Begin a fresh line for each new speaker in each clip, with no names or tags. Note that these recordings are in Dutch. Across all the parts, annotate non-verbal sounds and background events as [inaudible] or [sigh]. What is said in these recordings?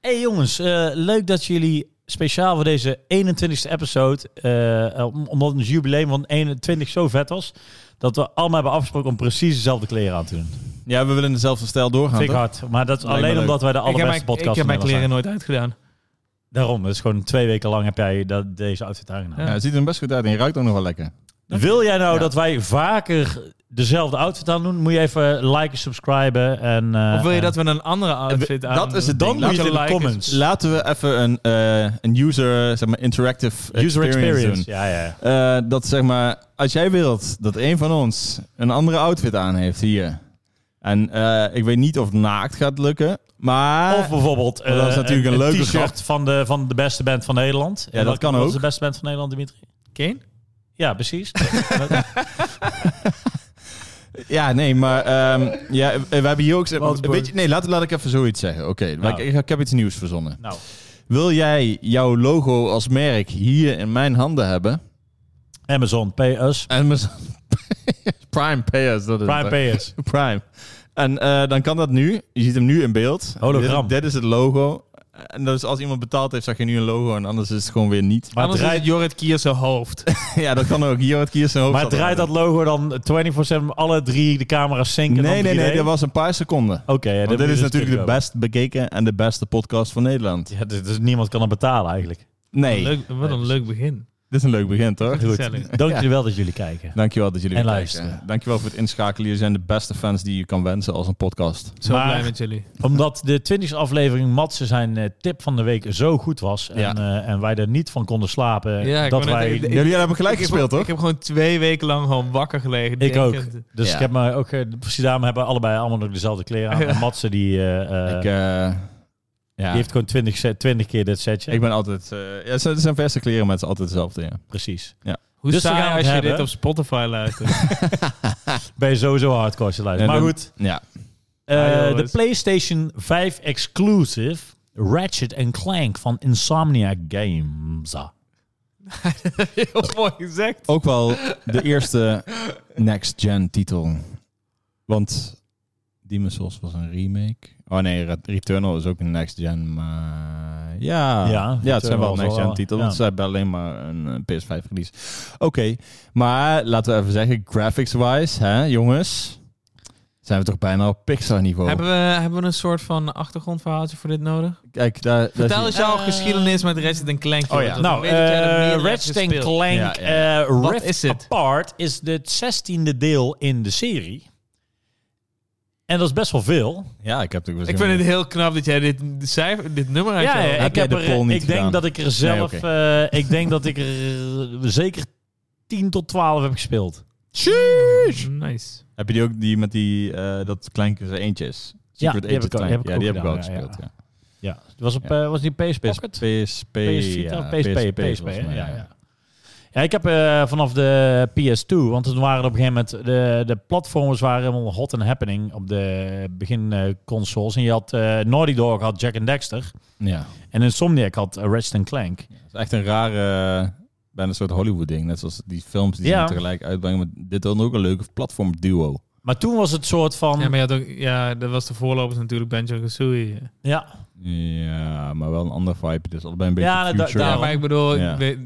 Hey jongens, eh, leuk dat jullie speciaal voor deze 21ste episode, eh, om- omdat het jubileum van 21 zo vet was, dat we allemaal hebben afgesproken om precies dezelfde kleren aan te doen.
Ja, we willen dezelfde stijl doorgaan.
Vind ik
toch?
hard. Maar dat is
Lijkt me
alleen
leuk.
omdat wij de
ik heb
allerbeste
mijn,
podcast
ik heb mijn
inmiddels
kleren
zijn.
nooit uitgedaan.
Daarom, dat is gewoon twee weken lang heb jij dat, deze outfit aangenomen.
Ja, het ziet er best goed uit en je ruikt ook nog wel lekker.
Wil jij nou
Ja.
dat wij vaker dezelfde outfit aan doen? Moet je even liken, subscriben en... eh,
Of wil je
en-
dat we een andere outfit aan
dat is het ding.
Dan moet je het in
Laten
de
we liken.
comments.
Laten we even een, eh, een user, zeg maar, interactive
User
experience,
experience.
doen.
Ja, ja.
Eh, dat zeg maar, als jij wilt dat een van ons een andere outfit aan heeft hier. En eh, ik weet niet of naakt gaat lukken, maar...
Of bijvoorbeeld
Want dat is
eh,
natuurlijk een
een,
leuke
t-shirt van de, van de beste band van Nederland.
Ja, dat
Welke-
kan
wat
ook.
is de beste band van Nederland, Dimitri?
Kane?
Ja,
[laughs]
precies.
Ja, nee, maar ehm, ja, eh, we hebben hier ook... zeg maar,
Wat,
weet je, nee, laat, laat ik even zoiets zeggen. Oké, maar
Nou.
ik, ik heb iets nieuws verzonnen.
nou,
Wil jij jouw logo als merk hier in mijn handen hebben?
Amazon, pay us.
Amazon [laughs] Prime Payers, dat is
Prime
het.
pay us.
Prime. En eh, dan kan dat nu. Je ziet hem nu in beeld.
Hologram.
Dit, dit is het logo. En dus als iemand betaald heeft, zag je nu een logo. En anders is het gewoon weer
[laughs]
niet.
Maar
Anders is
draait,
het Jorrit Kier zijn hoofd.
ja, dat kan ook. Hier wat hier zijn hoofd.
maar draait dat logo dan 24-7 alle drie de camera's zinken?
Nee, nee, nee. Dat was een paar seconden.
Oké, ja,
Want
moet
dit
je dus
is natuurlijk de
terugkomen.
best bekeken en de beste podcast van Nederland.
Ja, dus, dus niemand kan het betalen
[laughs]
eigenlijk.
Nee,
Leuk, wat een leuk begin.
dit is een leuk begin, toch?
Goed,
Gezellig.
dank jullie wel dat jullie kijken.
Dankjewel dat jullie
En
weer
luisteren.
kijken. Dankjewel voor het inschakelen. Jullie zijn de beste fans die je kan wensen als een podcast.
Zo
Maar-
blij met jullie.
Omdat de 20e aflevering Matsen zijn eh, tip van de week zo goed was en,
Ja.
eh, en wij er niet van konden slapen,
Ja, ik
dat
wou net
wij...
zeggen, Ik-
Jullie hebben gelijk
ik heb
gespeeld,
gewoon-
toch?
Ik heb gewoon twee weken lang gewoon wakker gelegen.
Ik ook.
denkend.
Dus
Ja.
ik heb me ook, eh, precies daarom hebben allebei allemaal nog dezelfde kleren
[laughs]
aan. En Matsen die, eh, eh,
Ik,
die
eh, ja.
heeft gewoon 20, set- 20 keer dit setje.
Ik ben altijd... eh ja, ze zijn verse kleren, maar het is altijd hetzelfde, ja.
Precies.
Hoe
Dus we gaan
saai
het
als je
hebben.
dit op Spotify
[laughs]
luistert.
Ben je sowieso hardcore als je luistert.
En
Maar
dan-
goed,
Ja.
eh,
Ah, joh,
de
dus-
PlayStation 5 exclusive Ratchet Clank van Insomnia Games.
Heel mooi gezegd.
Ook wel de eerste next-gen titel. Want Demon's Souls was een remake. Oh nee, Re- Returnal is ook een next-gen, maar... Ja,
Ja,
ja, het zijn wel
Returnal is wel-
next-gen titels.
ja.
want Ze hebben alleen maar een eh, PS5 release. Oké, maar laten we even zeggen, graphics-wise, hè, jongens... Zijn we toch bijna op
Oh.
Pixar-niveau.
Hebben, we, hebben we een soort van achtergrondverhaaltje voor dit nodig?
Kijk, daar, daar zie
Vertel
je-
eens jouw
Eh,
geschiedenis met Ratchet en Clank.
Oh ja.
jongens, want
Nou,
ik weet dat jij er meer
eh
hebt
Ratchet
gespeeld.
Clank
Ja, ja.
eh,
Wat
Rift
is het?
Apart is het zestiende deel in de serie. En dat is best wel veel.
Ja, ik heb het ook wel
Ik
zin
vind
in.
het heel knap dat jij dit, cijfer, dit nummer uit
Ja,
je hoofd
ja,
hebt.
ik
jij
heb
de
er, eh,
poll niet
Ik denk
gedaan?
dat ik er zelf,
Nee,
eh, ik denk dat ik er zeker 10 tot 12 heb gespeeld.
Nice.
Heb je die ook die met die eh, dat kleinke zijn eentje is?
Ja,
Secret
die heb
Agent
ik ook- die heb
Klein.
ik
Ja,
ook
die heb ik ook
gedaan, ja,
gespeeld. Ja.
Ja, het was op
Ja.
eh, was die PS Pocket.
PSP,
PS Vita,
ja,
PSP, PSP,
volgens
hè?
mij,
Ja, ja. Ja, ik heb eh, vanaf de PS2, want toen waren er op een gegeven moment de, de platformers waren helemaal hot and happening op de beginconsoles. consoles en je had eh Naughty Dog had Jack and Dexter
Ja.
en Insomniac had eh, Ratchet and Clank.
Het is echt een rare, eh, bijna een soort Hollywood ding. Net zoals die films die
Ja.
ze tegelijk uitbrengen. Maar dit dan ook een leuke platform duo.
Maar toen was het soort van
Ja,
ja,
maar je had ook, ja, dat was de voorlopers natuurlijk Benjo Kazooie.
Ja, maar wel een ander vibe. Dus allebei een beetje
Ja, dat-
future.
Ja,
daarom.
maar ik bedoel,
Ja.
ik weet-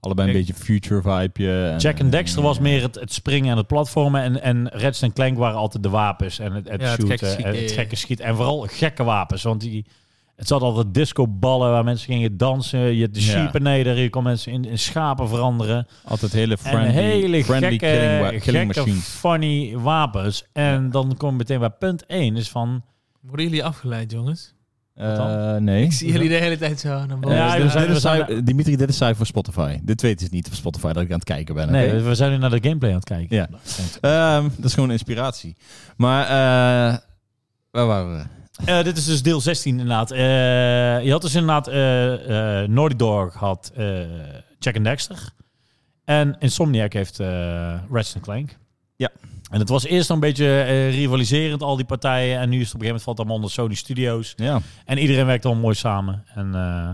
allebei een
Ik-
beetje future vibe. En,
Jack and Dexter was meer het, het springen en het platformen en, en Ratchet and Clank waren altijd de wapens en het, het
Ja, het
shooten,
gekke schieten,
en het
ja.
gekke schieten en vooral gekke wapens, want die het zat altijd discoballen waar mensen gingen dansen, je had de
Ja.
sheep beneden, je kon mensen in, in schapen veranderen.
Altijd hele friendly,
en hele
friendly
gekke,
killing, wa- killing
gekke
machines.
funny wapens. En dan kom je meteen bij punt 1 is van...
worden jullie afgeleid, jongens?
Wat dan?
Eh, nee.
Ik zie jullie de hele tijd zo naar boven.
Ja,
Eh,
we
dit-
zijn-
dit
we
is
zijn-
saai- Dimitri, dit is saai voor Spotify. Dit weet ze niet op Spotify dat ik aan het kijken ben.
Nee,
oké?
we zijn nu naar de gameplay aan het kijken.
Ja. Ehm, dat is gewoon inspiratie. Maar eh, waar waren we?
Eh, dit is dus deel 16 inderdaad. Eh, je had dus inderdaad... eh eh Naughty Dog had eh Jack and Dexter. En Insomniac heeft eh Ratchet Clank.
Ja.
En het was eerst een beetje eh, rivaliserend, al die partijen. En nu is het op een gegeven moment valt het allemaal onder Sony Studios.
Ja.
En iedereen werkt al mooi samen. En, eh,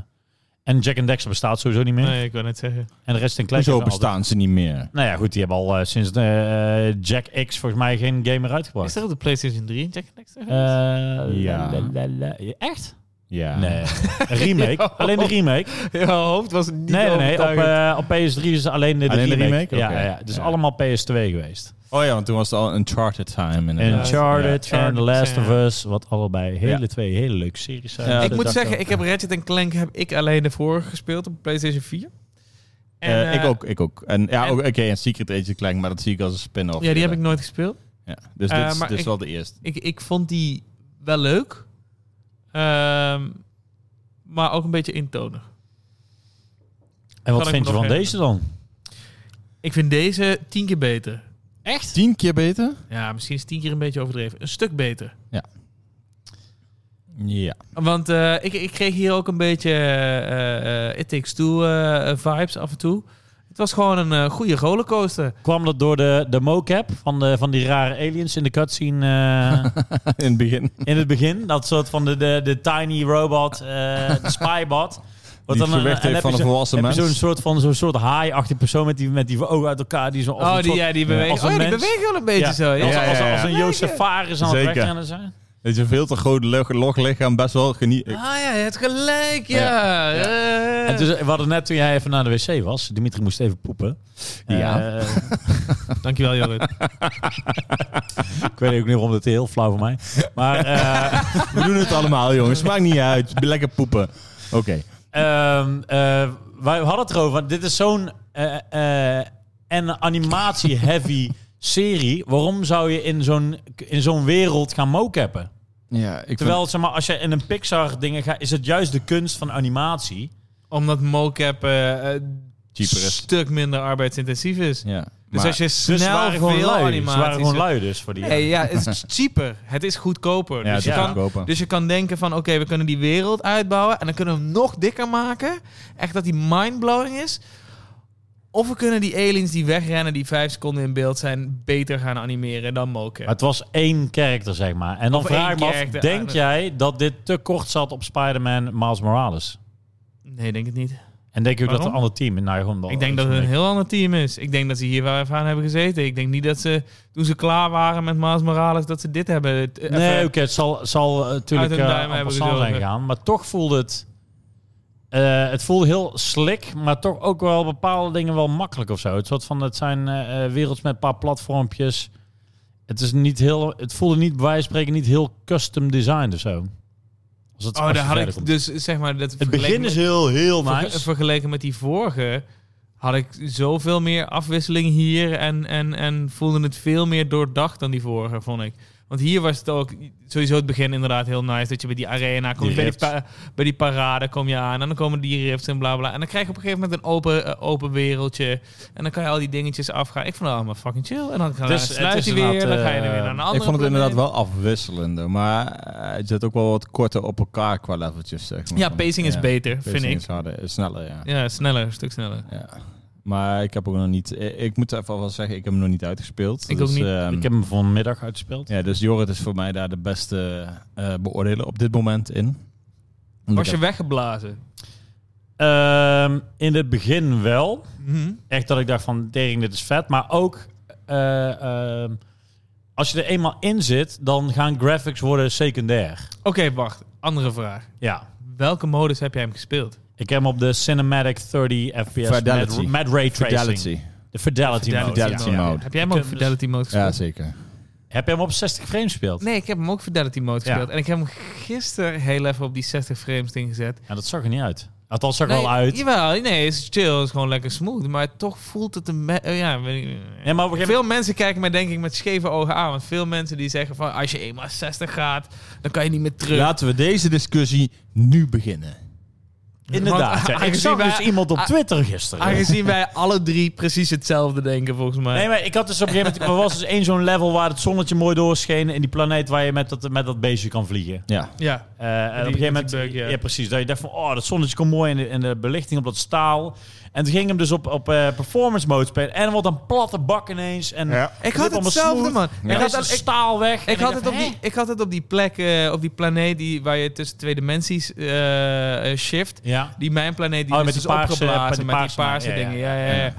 en Jack and Dexter bestaat sowieso niet meer.
Nee, ik wil net zeggen.
En de rest in Clank
Hoezo
heeft altijd-
bestaan ze niet meer?
Nou ja, goed, die hebben al eh, sinds eh, Jack X volgens mij geen game meer
Is
uitgebracht.
Eh,
dat op de PlayStation 3 en Jack and Dexter?
Eh,
Ja.
la, la, la, la. Echt?
[laughs] Ja.
Nee. Een remake.
Ja.
Alleen de remake.
[laughs] Ja, hoofd was niet
Nee, nee, nee. Op,
overtuigend.
eh, op PS3 is alleen de, de
Alleen de
remake.
remake?
Ja,
Oké.
ja, ja. Dus
Ja.
allemaal PS2 geweest.
Oh ja, want toen was het al Uncharted time.
En
inderdaad.
Uncharted
Ja.
en The Last of
Ja.
Us. Wat allebei hele
Ja.
twee hele leuke series zijn.
Ja,
ik
dat
moet
dacht
zeggen,
ik
ik heb Ratchet en Clank heb ik alleen de vorige gespeeld op PlayStation 4.
Ja.
En,
Eh, ik
eh,
ook, ik ook. En ja,
en-
ook- oké, en Secret Agent Clank, maar dat zie ik als een spin-off.
Ja, die heb ik nooit gespeeld.
Ja. Dus
Eh,
dit, is,
maar
dit is
ik-
wel de eerste.
Ik, ik vond die wel leuk. Ehm, maar ook een beetje
En
intonig. Kan
wat
ik
vind
me
je
nog
van deze dan?
Ik vind deze tien keer beter.
Echt? Tien keer beter?
Ja, misschien is tien keer een beetje overdreven. Een stuk beter.
Ja.
Want eh, ik, ik kreeg hier ook een beetje eh, eh, It Takes Two eh, eh, vibes af en toe. Het was gewoon een eh, goede rollercoaster.
Kwam dat door de, de mocap van, de, van die rare aliens in de cutscene eh,
[laughs] In het begin.
in het begin? Dat soort van de, de, de tiny robot, eh, de spybot.
Die verwekt heeft
heb
van
je
een
zo-
volwassen
heb je
mens.
Zo'n soort van zo'n soort haai-achtig persoon met die, met die ogen uit elkaar. Die zo, als
oh,
een
die,
soort-
ja, die bewegen.
als
oh,
een
ja, die
mens.
bewegen wel een beetje
Ja.
zo. Ja.
als,
Ja,
als,
ja, ja.
als een Jozef Fares aan het
Zeker.
wegrennen zijn.
Dat je veel te grote log- loglichaam best wel geniet.
Ah ja, je hebt gelijk, ja.
Ja.
Eh.
En dus, we hadden net toen jij even naar de wc was. Dimitri moest even poepen.
Ja.
Eh,
Dankjewel, Jorrit.
[laughs] ik weet ook niet waarom dat heel flauw voor mij. Maar eh,
We doen het allemaal, jongens. Maakt niet uit. Lekker poepen. Oké.
[laughs] ehm, eh, wij hadden het erover. want Dit is zo'n eh, eh, en
[laughs]
animatie-heavy serie. Waarom zou je in zo'n, in zo'n wereld gaan mocappen?
Ja, ik
Terwijl, zeg maar, als je in een Pixar dingen gaat, is het juist de kunst van animatie.
[laughs] Omdat mocap eh, eh,
cheaper
een
is.
stuk minder arbeidsintensief is.
Ja.
Dus
maar-
als je
Dus
snel
ze waren gewoon
veel
lui. Ze
animaties...
waren gewoon lui dus voor die.
Nee, ja, het is [laughs] cheaper. Het is goedkoper.
ja,
dus,
het
je
is
ja.
Kan,
goedkoper.
dus je kan denken van... Oké, we kunnen die wereld uitbouwen... en dan kunnen we hem nog dikker maken. Echt dat die mindblowing is. Of we kunnen die aliens die wegrennen... die vijf seconden in beeld zijn... beter gaan animeren dan
Maar
mocap.
het was één karakter, zeg maar. En dan
Of
vraag
één
ik me af,
character.
denk jij dat dit te kort zat op Spider-Man Miles Morales?
Nee, denk het niet.
En denk je ook dat een
Waarom?
ander team... Nou, gewoon dat-
Ik denk dat het een heel ander team is. Ik denk dat ze hier wel even aan hebben gezeten. Ik denk niet dat ze, toen ze klaar waren met Maas Morales, dat ze dit hebben. t-
Nee, oké,
even-
het zal, zal eh, natuurlijk
Uit hun duim
eh
hebben
aan
gezogen.
zijn gegaan. Maar toch voelde het... eh, het voelde heel slick, maar toch ook wel bepaalde dingen wel makkelijk of zo. Het soort van, het zijn eh, eh, werelds met een paar platformpjes. Het is niet heel... Het voelde niet, bij wijze van spreken, niet heel custom designed of zo. Als het,
oh,
als je
daar had
verder komt.
ik dus zeg maar dat
Het begin
vergeleken
is
met-
heel, heel
verge-
nice.
vergeleken met die vorige had ik zoveel meer afwisseling hier en, en, en voelde het veel meer doordacht dan die vorige, vond ik. Want hier was het ook sowieso het begin inderdaad heel nice. Dat je bij die arena komt,
Die
bij, die
rifts.
pa- bij die parade kom je aan. En dan komen die rifts en bla bla. En dan krijg je op een gegeven moment een open, eh, open wereldje. En dan kan je al die dingetjes afgaan. Ik vond het allemaal fucking chill. En dan ga je
Dus het
sluit
is
je weer.
inderdaad,
Dan ga je
eh,
er weer naar een andere
Ik vond het
planeet.
inderdaad wel afwisselender, maar eh, het zit ook wel wat korter op elkaar qua leveltjes, zeg maar.
Ja,
Van-
pacing is
ja,
beter,
pacing
vind
is harder, is sneller, ja.
ik. Ja, sneller, een stuk sneller.
Ja. Maar ik heb ook nog niet... eh, Ik moet even wel zeggen, ik heb hem nog niet uitgespeeld.
Ik
dus,
ook niet.
ehm,
Ik heb hem vanmiddag uitgespeeld.
Ja, dus Jorrit is voor mij daar de beste eh, beoordeler op dit moment in. Omdat
Was je weggeblazen?
Ehm, in het begin wel.
Mhm.
Echt dat ik dacht van, tering, dit is vet. Maar ook, eh, ehm, als je er eenmaal in zit, dan gaan graphics worden secundair.
Oké, wacht. Andere vraag.
Ja.
Welke modus heb jij hem gespeeld?
Ik heb hem op de Cinematic 30 FPS
Fidelity.
met, met ray
ik-
tracing.
Fidelity.
De Fidelity, mode,
Fidelity
ja.
mode. mode.
Heb jij hem ook
Kunnen we-
Fidelity mode gespeeld?
Ja, zeker.
Heb je hem op 60 frames gespeeld?
Nee, ik heb hem ook Fidelity mode
Ja.
gespeeld. En ik heb hem gisteren heel even op die 60 frames ding gezet.
Ja, dat zag er niet uit. Althans, zag er
Nee,
wel uit.
Jawel, nee, het is chill. Het is gewoon lekker smooth. Maar toch voelt het een... me- eh, ja, weet ik-
Ja, maar op een gegeven
Veel mensen kijken mij denk ik met scheve ogen aan. Want veel mensen die zeggen van... Als je eenmaal 60 gaat, dan kan je niet meer terug.
Laten we deze discussie nu beginnen.
moment... Inderdaad.
Want, [laughs]
ja. Ik
aangezien
zag dus
wij- Ah,
iemand op
a-
Twitter gisteren.
Aangezien wij alle drie precies hetzelfde denken volgens mij.
Nee, maar ik had dus op een gegeven moment... Er was dus één zo'n level waar het zonnetje mooi doorscheen... en die planeet waar je met dat, met dat beestje kan vliegen.
Ja.
Ja.
Eh, en op
die
een gegeven moment...
bug, ja.
ja. precies. Dat je dacht van, oh, dat zonnetje komt mooi... en de, en de belichting op dat staal. En toen ging hem dus op, op eh, performance mode spelen. En wat een platte bak ineens. En
Ja.
Ik
liep
had
allemaal
hetzelfde,
smooth.
man.
Ja.
En
Ik
dan is
had,
het
al- ik,
staal weg. En
ik, had
dacht,
het op die,
hè?
ik had het op die plek, eh, op die planeet die, waar je tussen twee dimensies eh, eh, shift.
Ja.
Die mijn planeet die
Oh,
dus
met die
is
paarse-
opgeblazen
met die
met die
paarse-
paarse
ja, ja,
dingen.
ja.
Ja, ja, ja.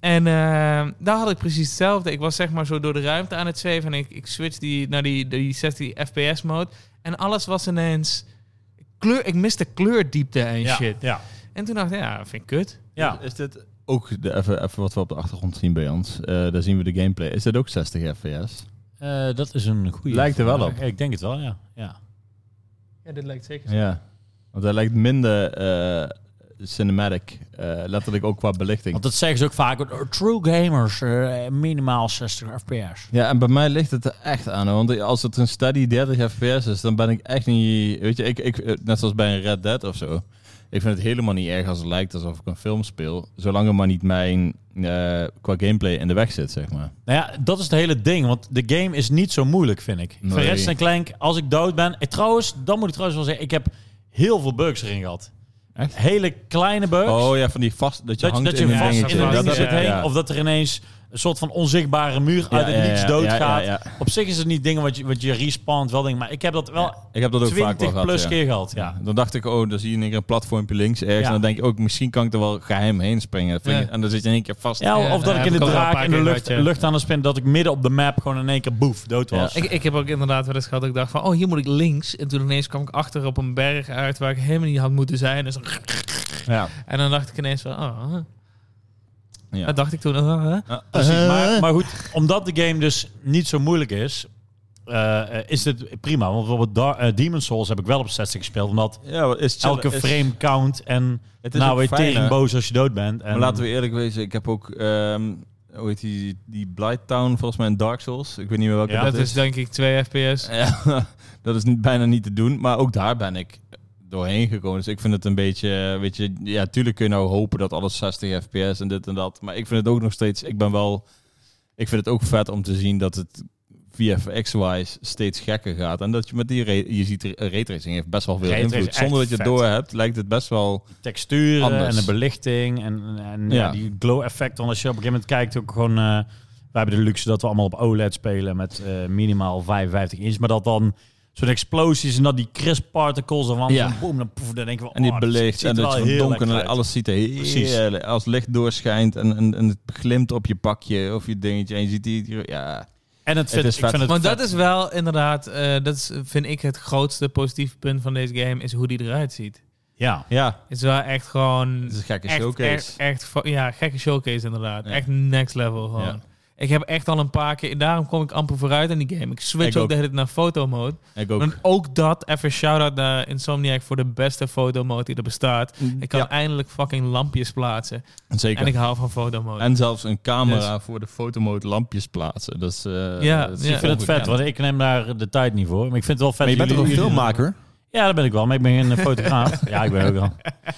En eh, daar had ik precies hetzelfde. Ik was zeg maar zo door de ruimte aan het zweven en ik, ik switch die, naar die, die 60 fps mode. En alles was ineens kleur, ik miste kleurdiepte en
ja,
shit.
Ja.
En toen dacht ik, ja, vind ik kut.
ja.
Is dit ook, de, even, even wat we op de achtergrond zien bij ons, Eh, daar zien we de gameplay. Is dit ook 60 fps?
Eh, dat is een goede.
Lijkt er wel
vraag.
op.
Ik denk het wel, ja. ja.
Ja, dit lijkt zeker
Ja. Want hij lijkt minder eh, cinematic, eh, letterlijk ook qua belichting.
Want dat zeggen ze ook vaak. oh, True gamers, eh, minimaal 60 fps.
Ja, en bij mij ligt het er echt aan. hoor. Want als het een steady 30 fps is, dan ben ik echt niet... Weet je, ik, ik, eh, net zoals bij een Red Dead of zo. Ik vind het helemaal niet erg als het lijkt alsof ik een film speel. Zolang er maar niet mijn, eh, qua gameplay in de weg zit, zeg maar.
Nou ja, dat is het hele ding. Want de game is niet zo moeilijk, vind ik.
Nee.
Van Ratchet en Clank, als ik dood ben... eh, trouwens, dan moet ik trouwens wel zeggen... Ik heb heel veel bugs erin gehad.
Echt?
Hele kleine bugs.
Oh ja, van die vast... Dat je
dat, je-
hangt
dat je
in een
vast in
dingetje.
een
Dat-
ding
dat-
zit heen.
ja.
Of dat er ineens een soort van onzichtbare muur uit
Ja,
het
ja,
niets
ja,
doodgaat.
ja, ja, ja.
Op zich is het niet dingen wat je, wat je respawnt, wel dingen. Maar ik heb dat wel
Ik heb dat ook vaak wel
20
gehad,
plus
ja.
keer gehad. Ja.
Ja, dan dacht ik, oh, dan zie je in één keer een platformpje links ergens.
Ja.
En dan denk ik ook, misschien kan ik er wel geheim heen springen. Vind je-
Ja.
En dan zit je in één keer vast.
Ja,
Ja,
of dat
ja,
ik in de
dat kan wel een
draak
paar
in de
keer
lucht,
dat je-
lucht aan het spinnen, dat ik midden op de map gewoon in één keer boef, dood was.
Ja.
Ja,
Ik, ik heb ook inderdaad wel eens gehad dat ik dacht van, oh, hier moet ik links. En toen ineens kwam ik achter op een berg uit waar ik helemaal niet had moeten zijn. En, zo-
Ja.
en dan dacht ik ineens van, oh,
Ja.
dat dacht ik toen. oh, hè?
precies.
Eh.
Maar, maar goed, omdat de game dus niet zo moeilijk is, eh, eh, is dit prima. Want bijvoorbeeld Dar eh, Demon's Souls heb ik wel op 60 gespeeld, omdat
Ja, maar is chill-
elke
is-
frame count en
het is
nou
ook
weer
fijn,
tering
hè?
boos als je dood bent. En,
Maar laten we eerlijk wezen, ik heb ook, ehm, hoe heet die, die Blight Town volgens mij in Dark Souls. Ik weet niet meer welke
Ja,
dat,
dat is denk ik 2
Eh,
fps.
[laughs] Ja, dat is niet, bijna niet te doen, maar ook daar ben ik doorheen gekomen. Dus ik vind het een beetje, eh, weet je, ja, tuurlijk kun je nou hopen dat alles 60 fps en dit en dat. Maar ik vind het ook nog steeds, ik ben wel, ik vind het ook vet om te zien dat het VFX-wise steeds gekker gaat. En dat je met die, ra- je ziet, eh, raytracing heeft best wel veel
Raytracing
invloed.
is
Zonder dat
echt
je het
vet.
door hebt, lijkt het best wel...
texturen
Anders.
en de belichting en, en ja.
Ja.
die glow effect. Want als je op een gegeven moment kijkt, ook gewoon... eh we hebben de luxe dat we allemaal op OLED spelen met eh, minimaal 55 inch. Maar dat dan zo'n explosies en dat die crisp particles ervan.
Ja.
Ja. Boom, dan, poef, dan denken we...
En die
oh, dat
belicht
ziet
en
er
dat
wel
je
heel
donker
lekker
en
uit.
alles ziet er
Precies.
heerlijk. Als licht doorschijnt en, en, en het glimt op je pakje of je dingetje en je ziet die, die- ja.
En het, vet,
is
ik
vet.
vind het
Want
vet.
dat is wel inderdaad, eh, dat is, vind ik het grootste positieve punt van deze game, is hoe die eruit ziet.
Ja.
Ja,
Het is wel echt gewoon...
het is een gekke
echt,
showcase.
Echt, echt fa- ja, gekke showcase inderdaad.
Ja.
Echt next level gewoon.
Ja.
Ik heb echt al een paar keer... Daarom kom ik amper vooruit in die game. Ik switch
Ik
ook
ook.
de hele tijd naar foto mode.
ik ook.
Want ook dat, even shout-out naar Insomniac voor de beste fotomode die er bestaat.
Mhm.
Ik kan
Ja.
eindelijk fucking lampjes plaatsen.
Zeker.
En
En,
ik hou van fotomode.
zelfs een camera voor de fotomode lampjes plaatsen. Dat is, eh,
Ja,
dat
ja.
Ik vind het vet, want ik neem daar de tijd niet voor. Maar ik vind het wel vet.
Maar je bent
dat
toch een
jullie-
filmmaker?
Ja, dat ben ik wel. Maar ik ben
[laughs]
geen fotograaf. ja, ik ben ook wel.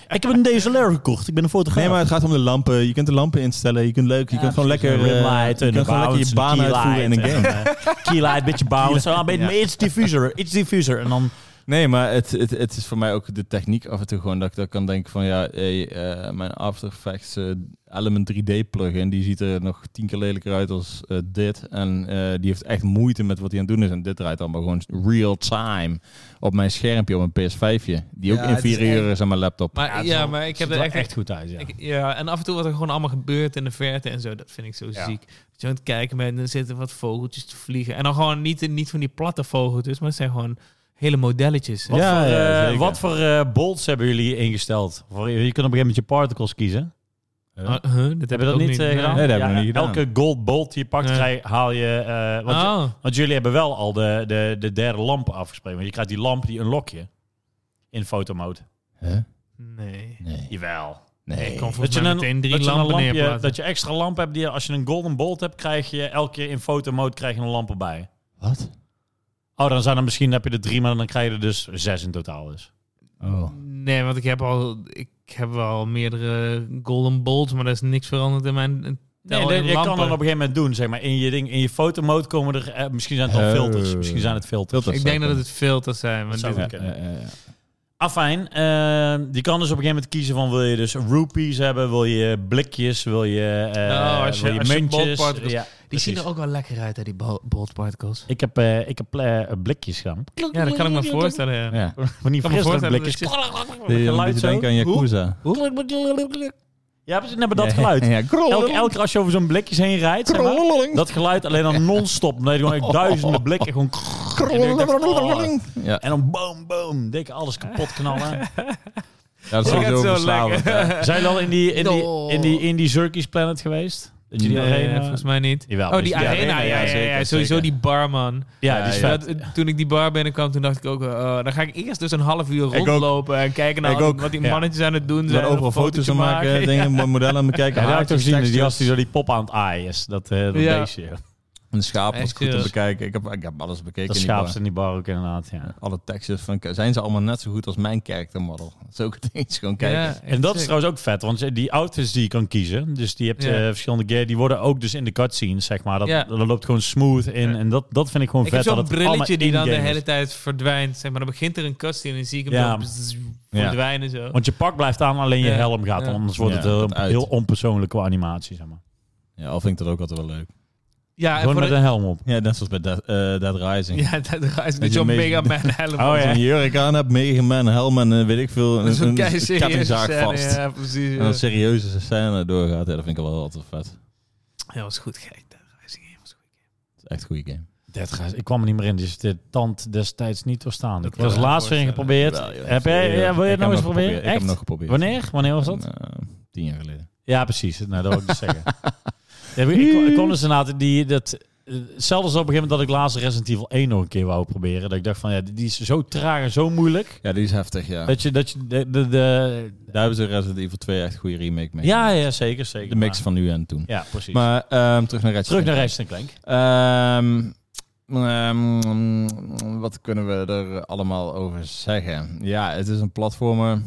Ik heb een DSLR gekocht. Ik ben een fotograaf.
Nee, maar het gaat om de lampen. Je kunt de lampen instellen. Je kunt leuk, je
Ja,
kunt gewoon
precies.
lekker,
Een
eh,
rimlight,
je
een
kunt gewoon lekker je
bounce,
baan
een
uitvoeren in een
keylight, eh,
game.
keylight, beetje bounce. Ah, beetje, maar iets diffuser, iets diffuser. En dan
Nee, maar het, het, het is voor mij ook de techniek af en toe gewoon dat ik dat kan denken van ja, hey, eh, mijn After Effects eh, Element 3D plugin, die ziet er nog tien keer lelijker uit als eh, dit. En eh, die heeft echt moeite met wat hij aan het doen is. En dit draait allemaal gewoon real time op mijn schermpje, op mijn PS5'je. Die ook
Ja, het is
inferieur is, aan mijn laptop.
Maar, ja,
het is wel-
maar ik heb
ziet
er
wel
echt...
echt goed uit. Ja.
ik- ja, en af en toe wat er gewoon allemaal gebeurt in de verte en zo, dat vind ik zo
Ja.
ziek. Dat je aan het kijken bent en er zitten wat vogeltjes te vliegen. En dan gewoon niet, niet van die platte vogeltjes, maar het zijn gewoon hele modelletjes.
Wat,
Ja,
voor,
ja,
eh,
zeker.
wat voor eh, bolts hebben jullie ingesteld? Voor, je kunt op een gegeven moment je particles kiezen.
Ah, huh, dat
Hebben we dat
ook
niet eh, gedaan?
Nee, dat hebben we
Ja,
niet gedaan.
Elke gold bolt die je pakt,
Nee.
krijg- haal je... eh, want,
Oh.
want jullie hebben wel al de, de, de derde lamp afgesproken. Want je krijgt die lamp, die unlock je. In fotomode.
Huh?
Nee.
Nee.
Jawel.
Nee.
Kom
Dat
volgens
je,
mij
een,
meteen drie
dat, je een
lampen
lampje,
neerplaatsen.
dat je extra lamp hebt, die, als je een golden bolt hebt, krijg je elke keer in fotomode krijg je een lamp erbij.
Wat?
Oh, dan zijn er misschien, heb je er drie, maar dan krijg je er dus zes in totaal. Dus.
Oh.
Nee, want ik heb al, ik heb wel meerdere golden bolts, maar er is niks veranderd in mijn
Nee,
tel in
je kan
lampen.
dat op een gegeven moment doen, zeg maar. In je, ding, in je fotomode komen er... eh, misschien zijn het dan
Oh.
Eh,
filters. Misschien zijn het filters.
Filters.
Ik denk dat het het filters zijn.
Dat
Want
zou
dit-
Ja,
Oké.
ja, ja, ja.
Afijn, eh, Ah, je kan dus op een gegeven moment kiezen van... Wil je dus rupees hebben? Wil je blikjes? Wil je, eh
Nou, als je-
wil je
als je
muntjes?
ballparticles-
ja,
die zien
precies.
er ook wel lekker uit, hè, die bol- bolt particles.
Ik heb, eh, ik heb eh, blikjes gaan.
Ja, dat kan ik me voorstellen, ja.
Ja.
Van die
Ik kan me voorstellen
frisdrankblikjes.
dat
Deed je een beetje
zo.
denken aan Yakuza.
Ja, precies. Nee, maar dat geluid.
[laughs] Ja, grrrr.
Elke, elke keer als je over zo'n blikjes heen rijdt, zeg maar, dat geluid alleen dan non-stop. Nee, gewoon echt duizenden blikken. Gewoon krrrr.
Ja,
En dan boom, boom, dikke alles kapot knallen.
Ja, dat is
Ik
sowieso
had zo
verslavend. [laughs]
lekker.
hè.
Zijn jullie al in die, in die,
Oh.
in die, in die Circus Planet geweest? Dat jullie
Nee,
daarheen, eh,
volgens mij niet.
Jawel,
oh,
dus
die
die
arena,
arena,
ja,
ja,
ja, ja,
zeker,
sowieso
zeker.
die barman.
Ja, die is
Ja,
vet.
Dat, eh, toen ik die bar binnenkwam, toen dacht ik ook, eh, dan ga ik eerst dus een half uur
Ik ook.
rondlopen en kijken naar
Ik
al die-
ook.
wat die
Ja.
mannetjes aan het doen
Er zijn
zijn.
overal
een
foto's
fotootje
van maken, dingen, modellen aan bekijken.
Ja, dat had ik
haartjes,
toch gezien. Die
tekstjes.
als die zo die pop aan het aaien is. Dat, eh dat
Ja.
beestje.
Een schaap was
Echt,
goed
ja.
te bekijken. Ik heb, ik heb alles bekeken.
Dat
in die bar.
schaapste in die bar ook inderdaad, ja.
Alle tekstjes van, zijn ze allemaal net zo goed als mijn character model? Dat is ook het eens gewoon kijken.
Ja,
En dat is
sick.
trouwens ook vet, want eh, die outfits die je kan kiezen, dus die hebt
Ja.
eh, verschillende gear, die worden ook dus in de cutscenes, zeg maar. Dat,
Ja.
dat loopt gewoon smooth in
Ja.
en dat, dat vind ik gewoon
Ik heb
vet.
zo'n
dat het allemaal
brilletje die dan de
in-game is.
hele tijd verdwijnt. Zeg maar dan begint er een cutscene en dan zie ik hem
Ja.
dan bzz, verdwijnen zo.
Want je pak blijft aan, alleen je
Ja.
helm gaat,
Ja.
anders wordt
Ja,
het heel,
dat uit.
heel onpersoonlijk qua animatie, zeg maar.
Ja, al vind ik dat ook altijd wel leuk.
Ja, en
Gewoon
voor
met
de,
een helm op.
Ja, net zoals bij Dead, eh, Dead Rising.
ja dat is
Dat
met
je
zo'n
mee-
Mega Man helm.
Oh,
Als je
ja.
een jurk aan hebt, Mega Man, helm en eh, weet ik veel, een,
Zo'n
een
keizer.
kettingzaak vast.
Ja, precies.
En
Ja.
een serieuze scène doorgaat, ja, dat vind ik wel altijd vet. Het
Ja, was goed gek. Dat is een was goed.
is echt een goede game.
Dat ga- ik kwam er niet meer in, dus de tand destijds niet doorstaan. Ik
kan
was
ik me
laatst weer in
voorstellen.
geprobeerd. Heb jij, ja, wil je het nog eens proberen?
Ik heb hem
Echt?
nog geprobeerd.
Wanneer? Wanneer was dat?
En, eh, tien jaar geleden.
Ja, precies. Nou, dat wil ik dus zeggen.
[laughs]
Ja, ik, ik, kon- ik kon dus inderdaad die... Dat, eh, zelfs op een gegeven moment dat ik laatst Resident Evil 1 nog een keer wou proberen. Dat ik dacht van, ja, die is zo traag en zo moeilijk.
Ja, die is heftig, ja.
Dat je... Dat je de, de, de-
Daar hebben ze Resident Evil 2 echt goede remake mee.
ja, ja, zeker, zeker.
De mix van nu en toen.
Ja, precies.
Maar ehm, terug naar Ratchet.
Terug naar Ratchet Clank.
Ehm, ehm, wat kunnen we er allemaal over zeggen? Ja, het is een platformer.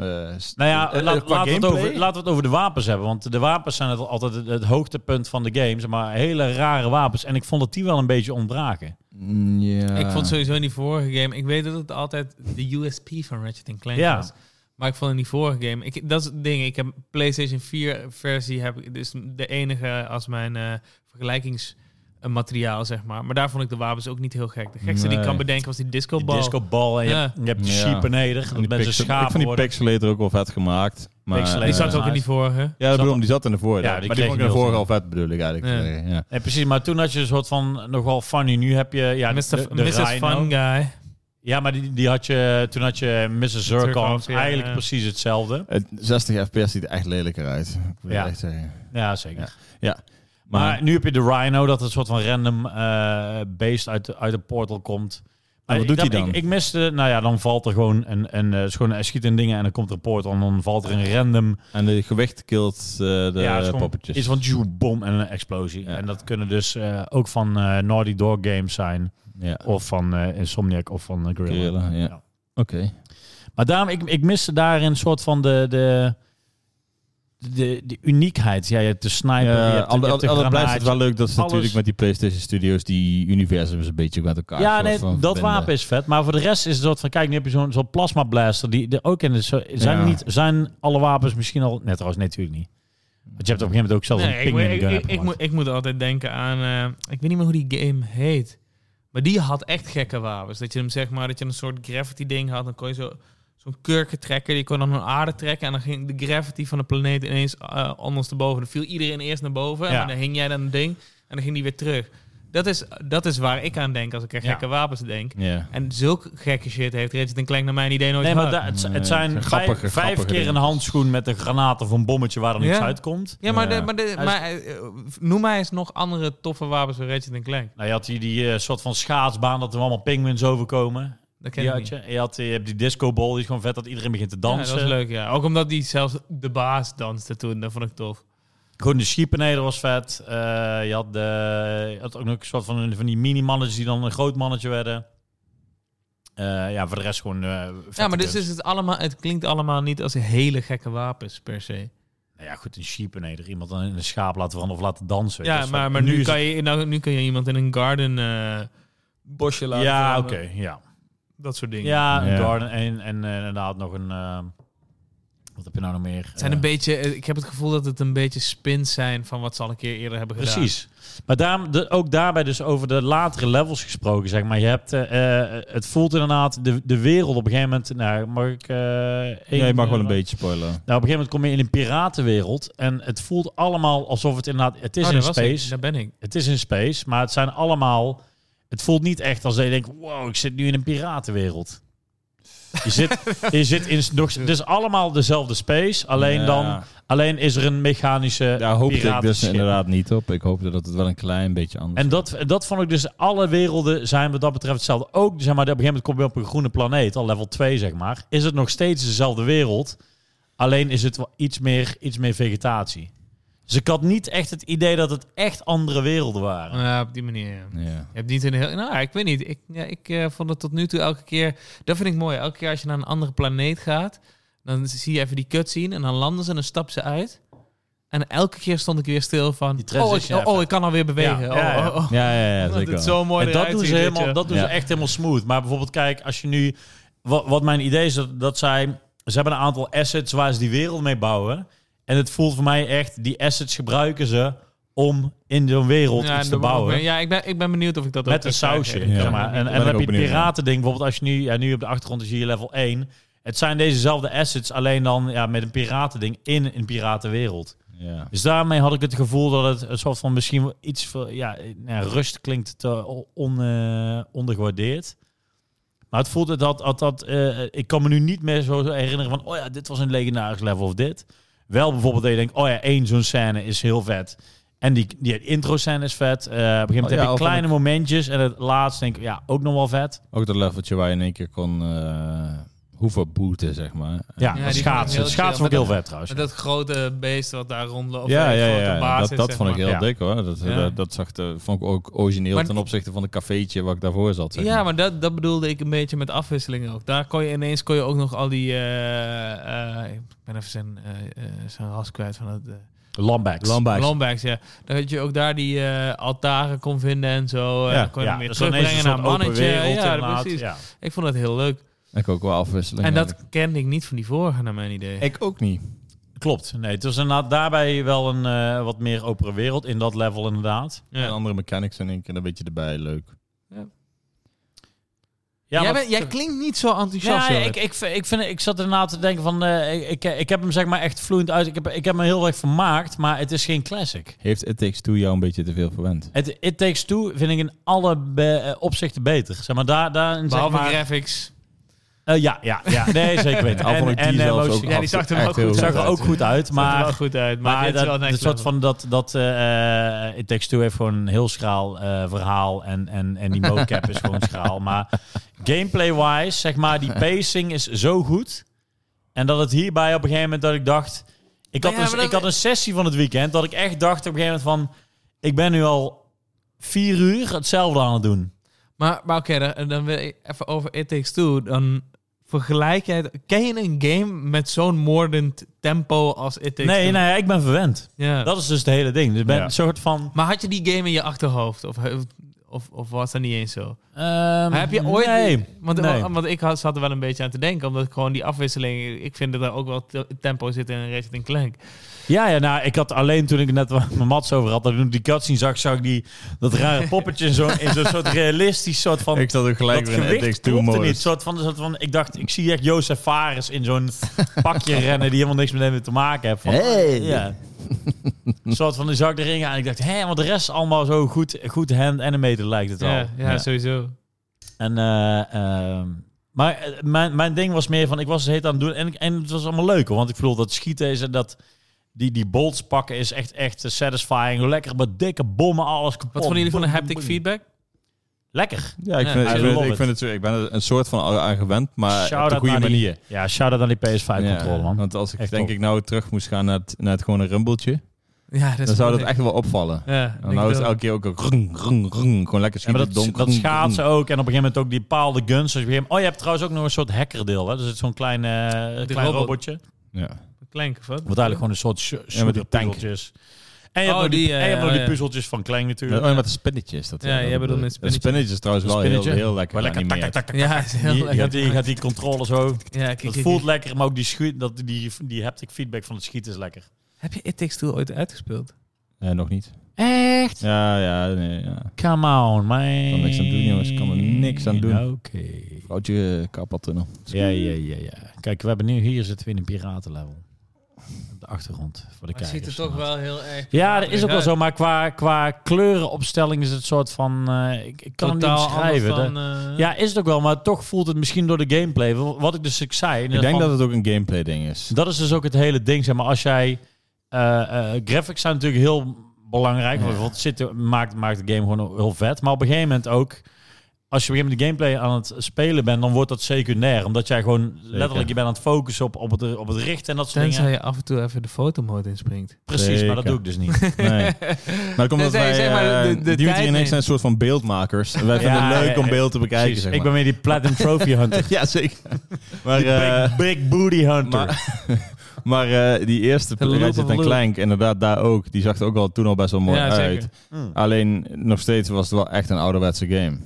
Eh, st-
Nou ja,
eh, eh,
laat-
qua
laten, we het
gameplay?
over, laten we het over de wapens hebben. Want de wapens zijn het, altijd het, het hoogtepunt van de games. Maar hele rare wapens. En ik vond dat die wel een beetje ontbraken.
Mm, Ja.
Ik
Eh.
vond sowieso in die vorige game... Ik weet dat het altijd de USP van Ratchet Clank
Ja.
was. Maar ik vond in die vorige game... Ik, dat is het ding. Ik heb PlayStation 4 versie. Heb ik, dus de enige als mijn eh, vergelijkingsmateriaal, zeg maar. Maar daar vond ik de wapens ook niet heel gek. De gekste die ik
Nee.
kan bedenken was die disco
Die
bal.
discobal en je,
Ja.
hebt- je hebt de
Ja.
sheep beneden.
En
Dat
die
mensen
pixel- ik
schapen
vond die
worden.
pixelator ook wel vet gemaakt. Maar,
Pixelator.
die
eh,
zat
zat ook in die vorige.
ja, dat bedoel, ik, die zat in de vorige.
Ja,
maar
die
die
kreeg
vond ik
je
in de
heel
vorige al vet, bedoel ik eigenlijk.
Ja.
Eh, Ja.
Nee, precies, maar toen had je een soort van nogal funny. Nu heb je ja,
Mr.
de, de
Mrs.
Rhino.
Fun Guy.
Ja, maar die, die had je, toen had je Mrs. Zircon.
Zircon, ja,
Eigenlijk
ja.
precies hetzelfde.
Het 60 fps ziet er echt lelijker uit. Ik moet
Ja.
echt zeggen.
Ja, zeker.
Ja. Ja.
Maar, nu heb je de Rhino, dat een soort van random eh, beest uit de, uit de portal komt. Maar
wat
ik
doet hij
dacht-
dan?
Ik, ik miste, nou ja, dan valt er gewoon een, een eh, is gewoon, hij schiet in dingen en dan komt er een portal en dan valt er een random
En de gewicht kilt eh, de
ja, is gewoon
poppetjes.
iets van tjoe, bom en een explosie.
Dus- Ja.
En dat kunnen dus eh, ook van eh Naughty Dog games zijn,
ja.
of van eh, Insomniac of van eh, Guerrilla.
Guerrilla, ja.
Ja.
Oké.
Maar daarom, ik, ik miste daarin een soort van de, de, de, de uniekheid. Ja, je hebt de sniper, je
Ja,
hebt de, je
al,
hebt de
al- al blijft
granaatje.
het wel leuk dat ze
alles.
natuurlijk met die PlayStation Studios die universums een beetje met elkaar
Ja,
soort
nee,
van
dat
verbinden.
wapen is vet. Maar voor de rest is het soort van... Kijk, nu heb je zo'n zo'n plasma blaster. Die er ook in is. Zo- Zijn,
Ja.
niet, zijn alle wapens misschien al... Net trouwens, nee, natuurlijk niet. Want je hebt op een gegeven moment ook zelfs
Nee,
Oh, een
ik,
pingwin
moet-
gun
ik, ik, ik,
gemaakt.
moet, ik moet altijd denken aan... eh, ik weet niet meer hoe die game heet. Maar die had echt gekke wapens. Dat je hem zeg maar, dat je een soort gravity ding had. Dan kon je zo, zo'n kurken trekken. Die kon dan een aarde trekken. En dan ging de gravity van de planeet ineens eh, anders te boven. Dan viel iedereen eerst naar boven.
Ja.
En dan hing jij dan een ding. En dan ging die weer terug. Dat is, dat is waar ik aan denk als ik aan
Ja.
gekke wapens denk.
Ja.
En zulk gekke shit heeft Ratchet Clank naar mijn idee nooit
Nee, maar
gehad.
da- het,
Nee,
het zijn
het zijn
vijf, vijf
grappige- grappige
keer een
dingetjes.
handschoen met een granaat of een bommetje waar dan
Ja.
niks uitkomt.
Ja, maar,
Ja.
De, maar, de,
is-
maar eh, noem mij eens nog andere toffe wapens van Ratchet Clank.
Nou, je had hier die eh, soort van schaatsbaan dat er allemaal pingwins overkomen.
Dat ken
Die had
ik niet.
je. En je, had, je hebt die discoball, die is gewoon vet dat iedereen begint te
Ja,
dansen.
dat is leuk, ja. Ook omdat die zelfs de baas danste toen. Dat vond ik tof.
Gewoon de schiepeneder was vet. Eh, je, had de, je had ook nog een soort van, van die mini-mannetjes die dan een groot mannetje werden. Eh, ja, voor de rest gewoon. eh,
Ja,
vette
maar dus
guns.
is het, allemaal, het klinkt allemaal niet als hele gekke wapens per se.
Nou ja, goed, een schiepeneder. Iemand dan in een schaap laten veranderen of laten dansen. weet je,
Ja,
dat is
maar,
vet.
maar nu,
is
kan
het-
je, nou, nu kan je iemand in een garden eh bosje laten.
Ja, oké.
veranderen.
ja.
Dat soort dingen.
ja, een
Ja.
garden en, en eh, inderdaad nog een. eh, wat heb je nou nog meer?
Het zijn een beetje, eh, ik heb het gevoel dat het een beetje spins zijn van wat ze al een keer eerder hebben gedaan.
Precies. Maar daar, de- ook daarbij dus over de latere levels gesproken, zeg maar. Je hebt, eh, eh, het voelt inderdaad de, de wereld op een gegeven moment... Nou, mag ik... eh
Ja,
één,
je mag wel
eh,
een beetje spoilen.
Nou, op een gegeven moment kom je in een piratenwereld en het voelt allemaal alsof het inderdaad... Het is
Oh,
in
daar was ik.
space,
Daar ben ik.
het is in space, maar het zijn allemaal... Het voelt niet echt als je denkt, wow, ik zit nu in een piratenwereld. Je zit, je zit in nog, het is allemaal dezelfde space, alleen
Ja.
dan, alleen is er een mechanische
Daar hoopte ik dus
piratenschip.
inderdaad niet op. Ik hoopte dat het wel een klein beetje anders
En dat, dat vond ik dus, alle werelden zijn wat dat betreft hetzelfde. Ook, zeg maar, op een gegeven moment kom je op een groene planeet, al level 2 zeg maar. Is het nog steeds dezelfde wereld, alleen is het wel iets meer, iets meer vegetatie. Dus ik had niet echt het idee dat het echt andere werelden waren.
Ja, op die manier. ja.
Ja.
Je hebt niet een heel. Nou, ik weet niet. Ik, ja, ik eh, vond het tot nu toe elke keer. Dat vind ik mooi. Elke keer als je naar een andere planeet gaat, dan zie je even die cutscene en dan landen ze en dan stappen ze uit. En elke keer stond ik weer stil van.
Die
Oh,
transition
ik, oh,
even.
ik kan alweer bewegen.
Ja,
oh,
ja, ja.
oh, oh.
Ja, ja, ja,
Omdat
zeker.
het zo mooi
En dat
eruit
doen ze,
ziet, weet
helemaal,
je.
dat doen ze
Ja.
echt helemaal smooth. Maar bijvoorbeeld, kijk, als je nu. Wat, wat mijn idee is, dat, dat zij. Ze hebben een aantal assets waar ze die wereld mee bouwen. En het voelt voor mij echt. Die assets gebruiken ze om in zo'n wereld
Ja,
iets te
dat ben ik ook
bouwen.
mee- Ja, ik ben, ik ben benieuwd of ik dat ook
Met een
terug krijg.
sausje.
Ja.
zeg maar.
Ja,
En, en
ben
dan
ik
heb je
ook
het
benieuwd naar.
piratending. Bijvoorbeeld als je nu, ja, nu op de achtergrond is hier level 1. Het zijn dezezelfde assets, alleen dan ja, met een piratending in een piratenwereld.
Ja.
Dus daarmee had ik het gevoel dat het een soort van misschien wel iets veel, ja, eh, nou, rust klinkt te o- on, eh, ondergewaardeerd. Maar het voelde dat, dat, dat eh, ik kan me nu niet meer zo herinneren van, oh ja, dit was een legendarisch level of dit. Wel bijvoorbeeld dat je denkt, oh ja, één zo'n scène is heel vet. En die, die intro scène is vet. Eh, op een gegeven moment
Oh ja,
heb je
of
kleine momentjes. En het laatste denk ik, ja, ook nog wel vet.
Ook dat leveltje waar je in één keer kon eh hoeven boeten, zeg maar.
Ja, dat
die vond ik
schaatsen.
heel
Het
chill,
schaatsen vond ik heel
maar
vet trouwens.
Met dat grote beest wat daar rondloopt.
ja, ja, ja, ja.
Basis,
dat, dat
zeg
vond ik
maar.
heel
maar.
dik hoor. Dat, eh,
Ja.
dat, dat zag de, vond ik ook origineel
Maar-
ten opzichte van het cafeetje waar ik daarvoor zat. Zeg
Ja, maar dat, dat bedoelde ik een beetje met afwisselingen ook. Daar kon je ineens kon je ook nog al die... eh, eh, ik ben even zijn, eh, eh, zijn ras kwijt van het... eh,
Lambacks.
Lambijs.
Lombax, ja. Dan had je ook daar die eh, altaren kon vinden en zo. eh
Ja,
dan kon je hem
dat
weer
is dus ineens
terugbrengen
een
naar
soort
een
open
mannetje.
wereld
ja,
inderdaad.
precies.
Ja.
Ik vond dat heel leuk.
Ik ook wel afwisseling.
En
Ja.
dat kende ik niet van die vorige, naar mijn idee.
ik ook niet.
Klopt. Nee, het was inderdaad daarbij wel een eh, wat meer open wereld in dat level inderdaad.
En
ja.
andere mechanics in één keer een beetje erbij. Leuk.
Ja,
jij,
maar-
bent- jij klinkt niet zo enthousiast,
ja,
joh.
ik, ik, ik, vind, ik zat erna te denken van, eh, ik, ik heb hem zeg maar echt vloeiend uit. Ik heb, ik heb hem heel erg vermaakt, maar het is geen classic.
Heeft It Takes Two jou een beetje te veel verwend?
Het It Takes Two vind ik in alle be- eh, opzichten beter. Zeg maar, daar, daar, zeg
Behalve
maar,
graphics.
Eh, ja, ja, ja. Nee, zeker
[laughs]
weten.
Al vond ik die
eh,
zelfs
motie-
ook
Ja, die
af-
zag er wel
echt
goed
heel
Het zag er
uit.
ook goed uit,
Maar, er
maar...
wel goed uit. Maar,
Maar
dit is wel
dat,
next
het soort
level.
van dat, dat eh It Takes Two heeft gewoon een heel schraal eh, verhaal en, en, en die mocap is gewoon
[laughs]
schraal. Maar gameplay-wise, zeg maar, die pacing is zo goed. En dat het hierbij op een gegeven moment dat ik dacht... Ik had,
Maar ja,
een,
maar dat-
ik had een sessie van het weekend dat ik echt dacht op een gegeven moment van... Ik ben nu al vier uur hetzelfde aan het doen.
Maar, maar oké, dan, dan wil ik even over It Takes Two. Dan vergelijk jij... het- Ken je een game met zo'n moordend tempo als It Takes
Nee,
Two?
nee, ik ben verwend.
Ja.
Dat is dus het hele ding. Dus ik ben
Ja.
een soort van...
Maar had je die game in je achterhoofd? Of, of, of was dat niet eens zo?
ehm,
Maar heb je ooit...
Nee,
want,
nee.
want- want ik had, zat er wel een beetje aan te denken. Omdat ik gewoon die afwisseling... Ik vind dat er ook wel te- tempo zit in Ratchet Clank.
Ja, ja, nou, ik had alleen toen ik het net met Mats over had, dat ik die cutscene zag, zag ik die, dat
[laughs]
rare poppetje in zo'n in zo'n soort realistisch soort van...
ik zat ook gelijk
dat
weer in It Takes
gewicht
Two
klopte
mode.
niet. Soort van, soort van, ik dacht, ik zie echt Jozef Fares in
[laughs]
zo'n pakje rennen die helemaal niks met hem te maken heeft. Van,
Hey.
Ja. Een soort van, die zag ik erin gaan en ik dacht, hé, want de rest is allemaal zo goed, goed hand-animated lijkt het al.
Ja, ja,
Ja.
sowieso.
En, eh, ehm, maar eh, mijn, mijn ding was meer van, ik was het heet aan het doen. En, ik- en het was allemaal leuk, hoor. want ik bedoel, dat schieten is en dat... Die, die bolts pakken is echt, echt eh, satisfying. Hoe Lekker met dikke bommen, alles kapot.
Wat vonden jullie van de
Boem,
haptic
boem,
feedback?
Lekker.
Ja, ik
Ja,
vind,
I
het, ik, vind
love
het, ik
it.
vind het zo- Ik ben er een soort van al aan gewend, maar
Shout
op de
out
goede
naar die-
manier.
Ja, shout-out aan die PS5-controle,
Ja, Oh,
man.
Want als ik
Echt
denk
top.
ik nou terug moest gaan naar het, naar het gewone rumbeltje,
Ja, dat
dan zou
is
dat
moeilijk.
echt wel opvallen.
Ja,
En
ik
nou is het
bedoel-
elke keer ook een grung, grung, grung. Gewoon lekker
Ja,
schieten.
maar dat,
donk,
dat
grung,
schaatsen
grung.
ook. En op een gegeven moment ook die paalde guns. Dus op een gegeven moment- oh, je hebt trouwens ook nog een soort hackerdeel. Hè? Dus het is zo'n klein, eh,
Die
klein
robot.
robotje.
Ja.
Clank of wat?
Wat eigenlijk gewoon een soort sh shooter
die tank.
puzzeltjes. En je hebt
Oh,
nog die,
die, eh,
en je hebt nog
oh,
die
ja.
puzzeltjes van Klein natuurlijk.
Ja, oh, met de spinnetjes. is Dat,
Ja, jij
dat
bedoelt
bedoel
met
ik. Dat spinnetje is trouwens wel heel,
Spinnetje.
heel lekker.
Maar lekker tak, tak, tak, tak.
Ja, is heel
Die, die
lekker.
gaat die, gaat die controle zo.
Ja, kijk,
Het
kijk,
voelt
kijk.
lekker, maar ook die, schu- dat, die, die haptic feedback van het schieten is lekker.
Heb je It Takes Two ooit uitgespeeld?
Ja, nog niet.
Echt?
Ja, ja, nee, ja.
Come on, man. Nou,
Kan niks aan doen, jongens. Kan er niks aan doen.
Oké.
Oudje kapeltunnel.
Ja, ja, ja, ja. Kijk, we hebben nu hier zitten we in een piratenlevel. de achtergrond voor de
Het
kijkers.
ziet er toch wel heel erg...
Ja, dat is ook wel
uit.
zo. Maar qua, qua kleurenopstelling is het soort van... eh, ik, ik kan
Totaal
hem niet beschrijven.
anders
De-
Dan, eh,
ja, is het ook wel. Maar toch voelt het misschien door de gameplay. wa- Wat ik dus ik zei.
Ik denk
van-
dat het ook een gameplay ding is.
dat is dus ook het hele ding. Zeg maar, als jij... eh, eh, graphics zijn natuurlijk heel belangrijk. Want wat zit, maakt, maakt de game gewoon heel vet. Maar op een gegeven moment ook... Als je op een gegeven moment de gameplay aan het spelen bent, dan wordt dat secundair. Omdat jij gewoon letterlijk je bent aan het focussen op, op, het, op het richten en dat soort
Tenzij
dingen.
je af en toe even de fotomode inspringt.
Precies, maar dat
Zeker.
doe ik dus niet.
Nee.
[laughs]
Maar dat komt
Dus
omdat wij,
zeg- zeg maar, de-
eh,
de
Duty
tijd
en ik
neemt.
zijn een soort van beeldmakers. En wij vinden
Ja,
het leuk
ja,
om
ja.
beeld te bekijken,
Precies.
zeg
Ik
maar.
ben meer die Platinum
[laughs]
Trophy Hunter.
Ja, zeker. Maar,
Die
eh,
big, big Booty Hunter.
maar- maar eh, die eerste
loop
Ratchet
of
en
loop.
Clank, inderdaad, daar ook. Die zag er ook al toen al best wel mooi
Ja, zeker.
uit. Alleen, nog steeds was het wel echt een ouderwetse game.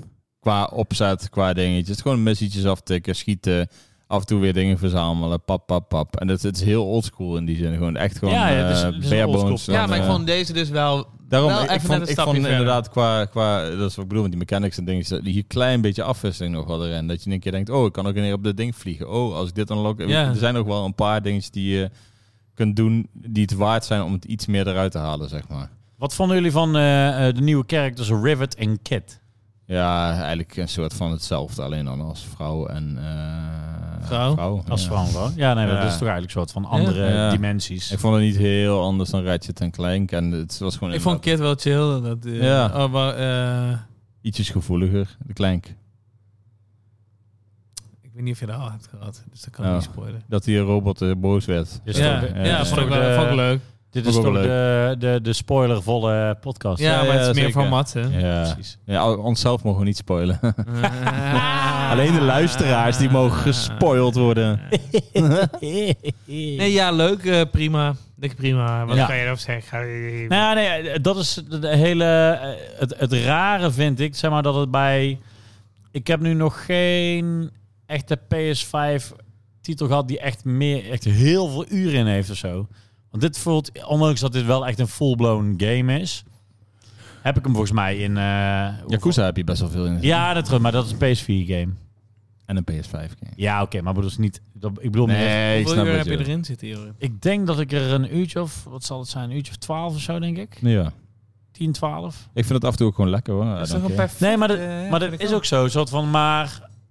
Qua opzet, qua dingetjes. Het is Gewoon missietjes aftikken, schieten. Af en toe weer dingen verzamelen. Pap, pap, pap. En het, het is heel oldschool in die zin. Gewoon echt gewoon
Ja, ja, het is-
eh,
het is een
bare
oldschool
bones.
plan.
Ja,
Dan,
maar ik
eh,
vond deze dus wel...
Daarom,
Wel
ik- ik
even net
vond,
een
ik
stapje
vond
verder.
inderdaad qua, qua, dat is wat ik bedoel met die mechanics en dingen, dat je hier een klein beetje afwisseling nog wel erin. Dat je in een keer denkt, oh, ik kan ook een keer op dit ding vliegen. Oh, als ik dit unlock...
Ja.
Er zijn ook wel een paar dingetjes die je kunt doen, die het waard zijn om het iets meer eruit te halen, zeg maar.
Wat vonden jullie van eh, eh, de nieuwe characters Rivet en Kit?
Ja, eigenlijk een soort van hetzelfde, alleen dan als vrouw en... eh,
Vrouw?
Als
ja.
vrouw wel. Ja, nee, maar
Ja.
dat is toch eigenlijk een soort van andere
Ja. Ja.
dimensies.
Ik vond het niet heel anders dan Ratchet en Clank en het was gewoon
Ik vond
inderdaad
Kit wel chill. Dat, eh,
Ja.
oh, maar, eh,
ietsjes gevoeliger, de Clank.
ik weet niet of je dat al hebt gehad. Dus dat kan
Ja.
ik niet spoilen.
Dat die robot eh, boos werd.
Dit is
ja,
toch de-
ja,
dit Oh. is
vond, ik
toch
wel,
de-
vond ik leuk.
Dit
Vond
is
ik ook
toch
wel
de, de, de spoilervolle eh, podcast.
Ja,
ja,
maar het is
ja,
meer
zeker.
van Mats, hè?
Ja.
precies.
ja, onszelf mogen we niet spoilen.
[laughs]
[laughs] Alleen de luisteraars die mogen gespoild worden.
[laughs] Nee, ja, leuk. eh, prima. Dikke prima. Wat
Ja.
kan je erover zeggen? Ga-
Nou, nee, dat is de de hele. eh, Het, het rare vind ik, zeg maar, dat het bij. Ik heb nu nog geen echte PS5-titel gehad die echt meer, echt heel veel uren in heeft of zo. Want dit voelt, ondanks dat dit wel echt een full-blown game is, heb ik hem volgens mij in. eh, hoeveel-
Yakuza heb je best wel veel in.
Ja, dat klopt, maar dat is een PS4-game.
En een PS5 game.
Ja, oké, maar bedoel, is niet. Dat, ik bedoel, meer-
Nee, ik
Hoeveel
snap
uur
het.
heb je
joh.
erin zitten,
Ah,
Jorin?
ik denk dat ik er een uurtje of, wat zal het zijn, een uurtje of 12 of zo, denk ik.
Ja.
10, 12.
Ik vind het af en toe ook gewoon lekker hoor. I don't care.
Nee, maar dat,
eh,
maar dat is ook zo. Een soort van, maar...